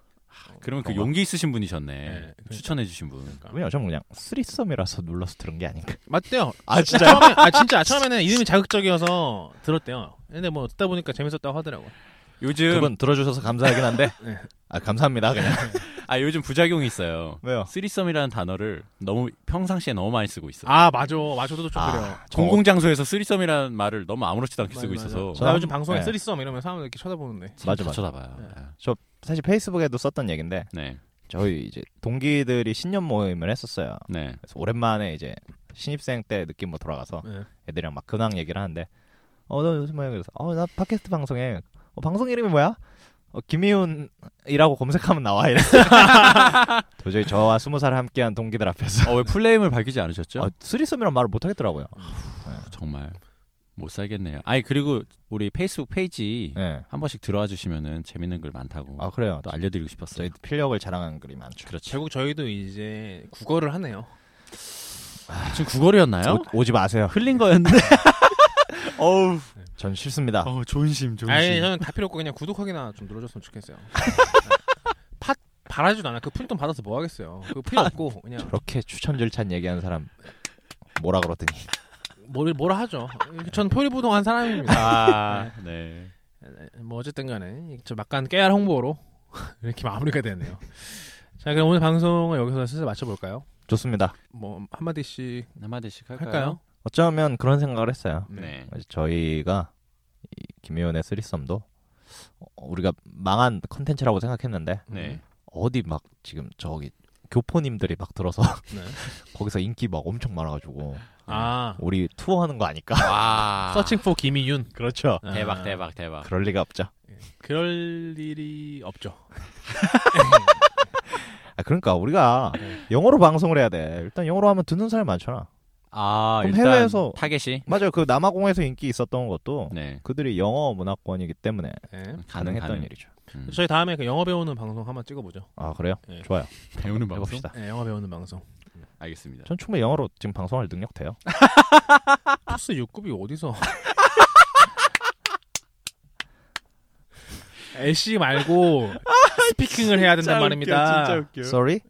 Speaker 2: 그러면 그
Speaker 3: 그런가?
Speaker 2: 용기 있으신 분이셨네.
Speaker 1: 네, 그러니까.
Speaker 2: 추천해주신 분.
Speaker 3: 우리 여전 그냥 쓰리썸이라서 눌러서 들은 게 아닌가.
Speaker 1: 맞대요.
Speaker 3: 아, 진짜요?
Speaker 1: 처음에, 아 진짜 처음에는 이름이 자극적이어서 들었대요. 근데 뭐 듣다 보니까 재밌었다고 하더라고.
Speaker 2: 요즘
Speaker 3: 두 분 들어주셔서 감사하긴 한데.
Speaker 1: 네.
Speaker 3: 아 감사합니다 그냥.
Speaker 2: 아 요즘 부작용이 있어요.
Speaker 3: 왜요?
Speaker 2: 쓰리썸이라는 단어를 너무 평상시에 너무 많이 쓰고 있어. 요
Speaker 1: 아 맞아, 맞아도 좀 그래요.
Speaker 3: 저-
Speaker 2: 공공 장소에서 쓰리썸이라는 말을 너무 아무렇지도 않게
Speaker 1: 맞아,
Speaker 2: 쓰고
Speaker 1: 맞아.
Speaker 2: 있어서
Speaker 1: 나 요즘 방송에
Speaker 3: 네.
Speaker 1: 쓰리썸 이러면 사람들 이렇게 쳐다보는데.
Speaker 3: 맞아, 맞아.
Speaker 2: 쳐다봐요.
Speaker 3: 사실 페이스북에도 썼던 얘긴데
Speaker 2: 네,
Speaker 3: 저희 이제 동기들이 신년 모임을 했었어요.
Speaker 2: 네.
Speaker 3: 그래서 오랜만에 이제 신입생 때 느낌으로 돌아가서
Speaker 1: 네.
Speaker 3: 애들이랑 막 근황 얘기를 하는데 어너 요즘 뭐야 그래서 어나 팟캐스트 방송해 어, 방송 이름이 뭐야 어, 김희훈이라고 검색하면 나와 이랬어 도저히 저와 스무 살 함께한 동기들 앞에서
Speaker 2: 어, 왜 풀네임을 밝히지 않으셨죠?
Speaker 3: 어, 쓰리썸이란 말을 못 하겠더라고요
Speaker 2: 정말 못 살겠네요. 아니 그리고 우리 페이스북 페이지
Speaker 3: 예.
Speaker 2: 한 번씩 들어와 주시면은 재밌는 글 많다고
Speaker 3: 아 네. 그래요
Speaker 2: 또 알려드리고 싶었어요.
Speaker 3: 저희 필력을 자랑하는 글이 많죠
Speaker 2: 그렇죠.
Speaker 1: 결국 저희도 이제 국어를 하네요.
Speaker 2: 지금 구걸이었나요?
Speaker 3: 오, 오지 마세요
Speaker 2: 흘린 거였는데. 어우,
Speaker 3: 전 싫습니다
Speaker 2: 어, 존심,
Speaker 1: 아니 저는 다 필요 없고 그냥 구독하기나 좀 눌러줬으면 좋겠어요. 팟 바라지도 않아. 그 푼돈 받아서 뭐 하겠어요. 그 필요 없고 그냥
Speaker 3: 저렇게 추천 절찬 얘기하는 사람 뭐라 그러더니
Speaker 1: 뭘 뭐라 하죠. 전 표리부동한 사람입니다.
Speaker 2: 아, 네.
Speaker 1: 뭐 어쨌든간에 저 막간 깨알 홍보로 이렇게 마무리가 되네요. 자 그럼 오늘 방송을 여기서 슬슬 마쳐볼까요?
Speaker 3: 좋습니다
Speaker 1: 뭐 한마디씩
Speaker 2: 한마디씩 할까요?
Speaker 1: 할까요?
Speaker 3: 어쩌면 그런 생각을 했어요
Speaker 2: 네.
Speaker 3: 저희가 이 김희훈의 쓰리썸도 어, 우리가 망한 컨텐츠라고 생각했는데
Speaker 1: 음.
Speaker 2: 네.
Speaker 3: 어디 막 지금 저기 교포님들이 막 들어서
Speaker 1: 네.
Speaker 3: 거기서 인기 막 엄청 많아가지고
Speaker 1: 아
Speaker 3: 우리 투어하는 거 아닐까?
Speaker 2: 와.
Speaker 1: 서칭 포 김이윤.
Speaker 3: 그렇죠.
Speaker 1: 아,
Speaker 2: 대박, 대박, 대박.
Speaker 3: 그럴 리가 없죠.
Speaker 1: 그럴 일이 없죠.
Speaker 3: 아, 그러니까 우리가
Speaker 1: 네.
Speaker 3: 영어로 방송을 해야 돼. 일단 영어로 하면 듣는 사람 많잖아.
Speaker 2: 아,
Speaker 3: 그럼
Speaker 2: 일단
Speaker 3: 해외에서-
Speaker 2: 타겟이
Speaker 3: 맞아요. 그 남아공에서 인기 있었던 것도
Speaker 2: 네.
Speaker 3: 그들이 영어 문화권이기 때문에
Speaker 1: 네.
Speaker 3: 가능했던 일이죠.
Speaker 2: 음.
Speaker 1: 저희 다음에 그 영어 배우는 방송 한번 찍어보죠.
Speaker 3: 아 그래요?
Speaker 1: 네.
Speaker 3: 좋아요.
Speaker 2: 배우는
Speaker 3: 해봅시다.
Speaker 1: 네, 영어 배우는 방송.
Speaker 2: 알겠습니다.
Speaker 3: 전 충분히 영어로 지금 방송할 능력 돼요.
Speaker 1: 토스 6급이 어디서? 애쉬 말고 스피킹을 해야 된단 말입니다.
Speaker 3: Sorry?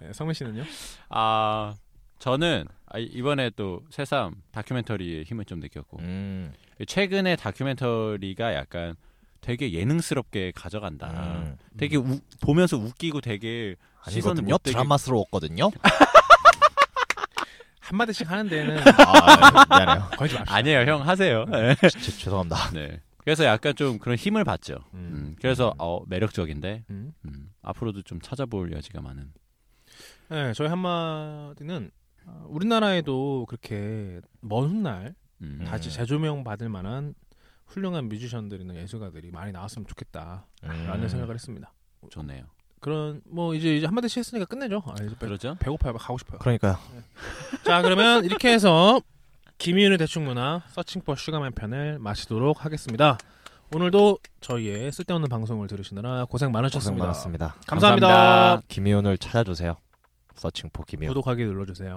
Speaker 1: 네, 성민 씨는요?
Speaker 2: 아, 저는 아, 이번에 또 새삼 다큐멘터리에 힘을 좀 느꼈고
Speaker 3: 음.
Speaker 2: 최근에 다큐멘터리가 약간 되게 예능스럽게 가져간다.
Speaker 1: 아.
Speaker 3: 음.
Speaker 2: 되게 우- 보면서 웃기고 되게 시선을
Speaker 3: 아니거든요.
Speaker 2: 못 되게
Speaker 3: 드라마스러웠거든요.
Speaker 1: 한 마디씩 하는 데는
Speaker 3: 아, 미안해요.
Speaker 1: 걸지 맙시다.
Speaker 2: 아니에요, 형 하세요.
Speaker 3: 지- 지- 죄송합니다.
Speaker 2: 네. 그래서 약간 좀 그런 힘을 받죠.
Speaker 1: 음.
Speaker 2: 음, 그래서 어, 매력적인데
Speaker 1: 음.
Speaker 2: 음, 앞으로도 좀 찾아볼 여지가 많은.
Speaker 1: 네, 저희 한 마디는 어, 우리나라에도 그렇게 먼 훗날
Speaker 2: 음.
Speaker 3: 다-
Speaker 1: 다시 재조명 받을 만한 훌륭한 뮤지션들이나 예술가들이 많이 나왔으면 좋겠다라는
Speaker 3: 음.
Speaker 1: 생각을 했습니다.
Speaker 2: 좋네요.
Speaker 1: 그런 뭐 이제 이제 한마디씩 했으니까 끝내죠. 아, 이제 배,
Speaker 2: 그러죠?
Speaker 1: 배고파요. 가고 싶어요.
Speaker 3: 그러니까요.
Speaker 1: 자 그러면 이렇게 해서 김희윤의 대충 문화 서칭 포 슈가맨 편을 마치도록 하겠습니다. 오늘도 저희의 쓸데없는 방송을 들으시느라 고생
Speaker 3: 고생
Speaker 1: 많으셨습니다.
Speaker 3: 많았습니다.
Speaker 1: 감사합니다.
Speaker 2: 감사합니다.
Speaker 3: 김희훈을 찾아주세요. 서칭포 김희훈.
Speaker 1: 구독하기 눌러주세요.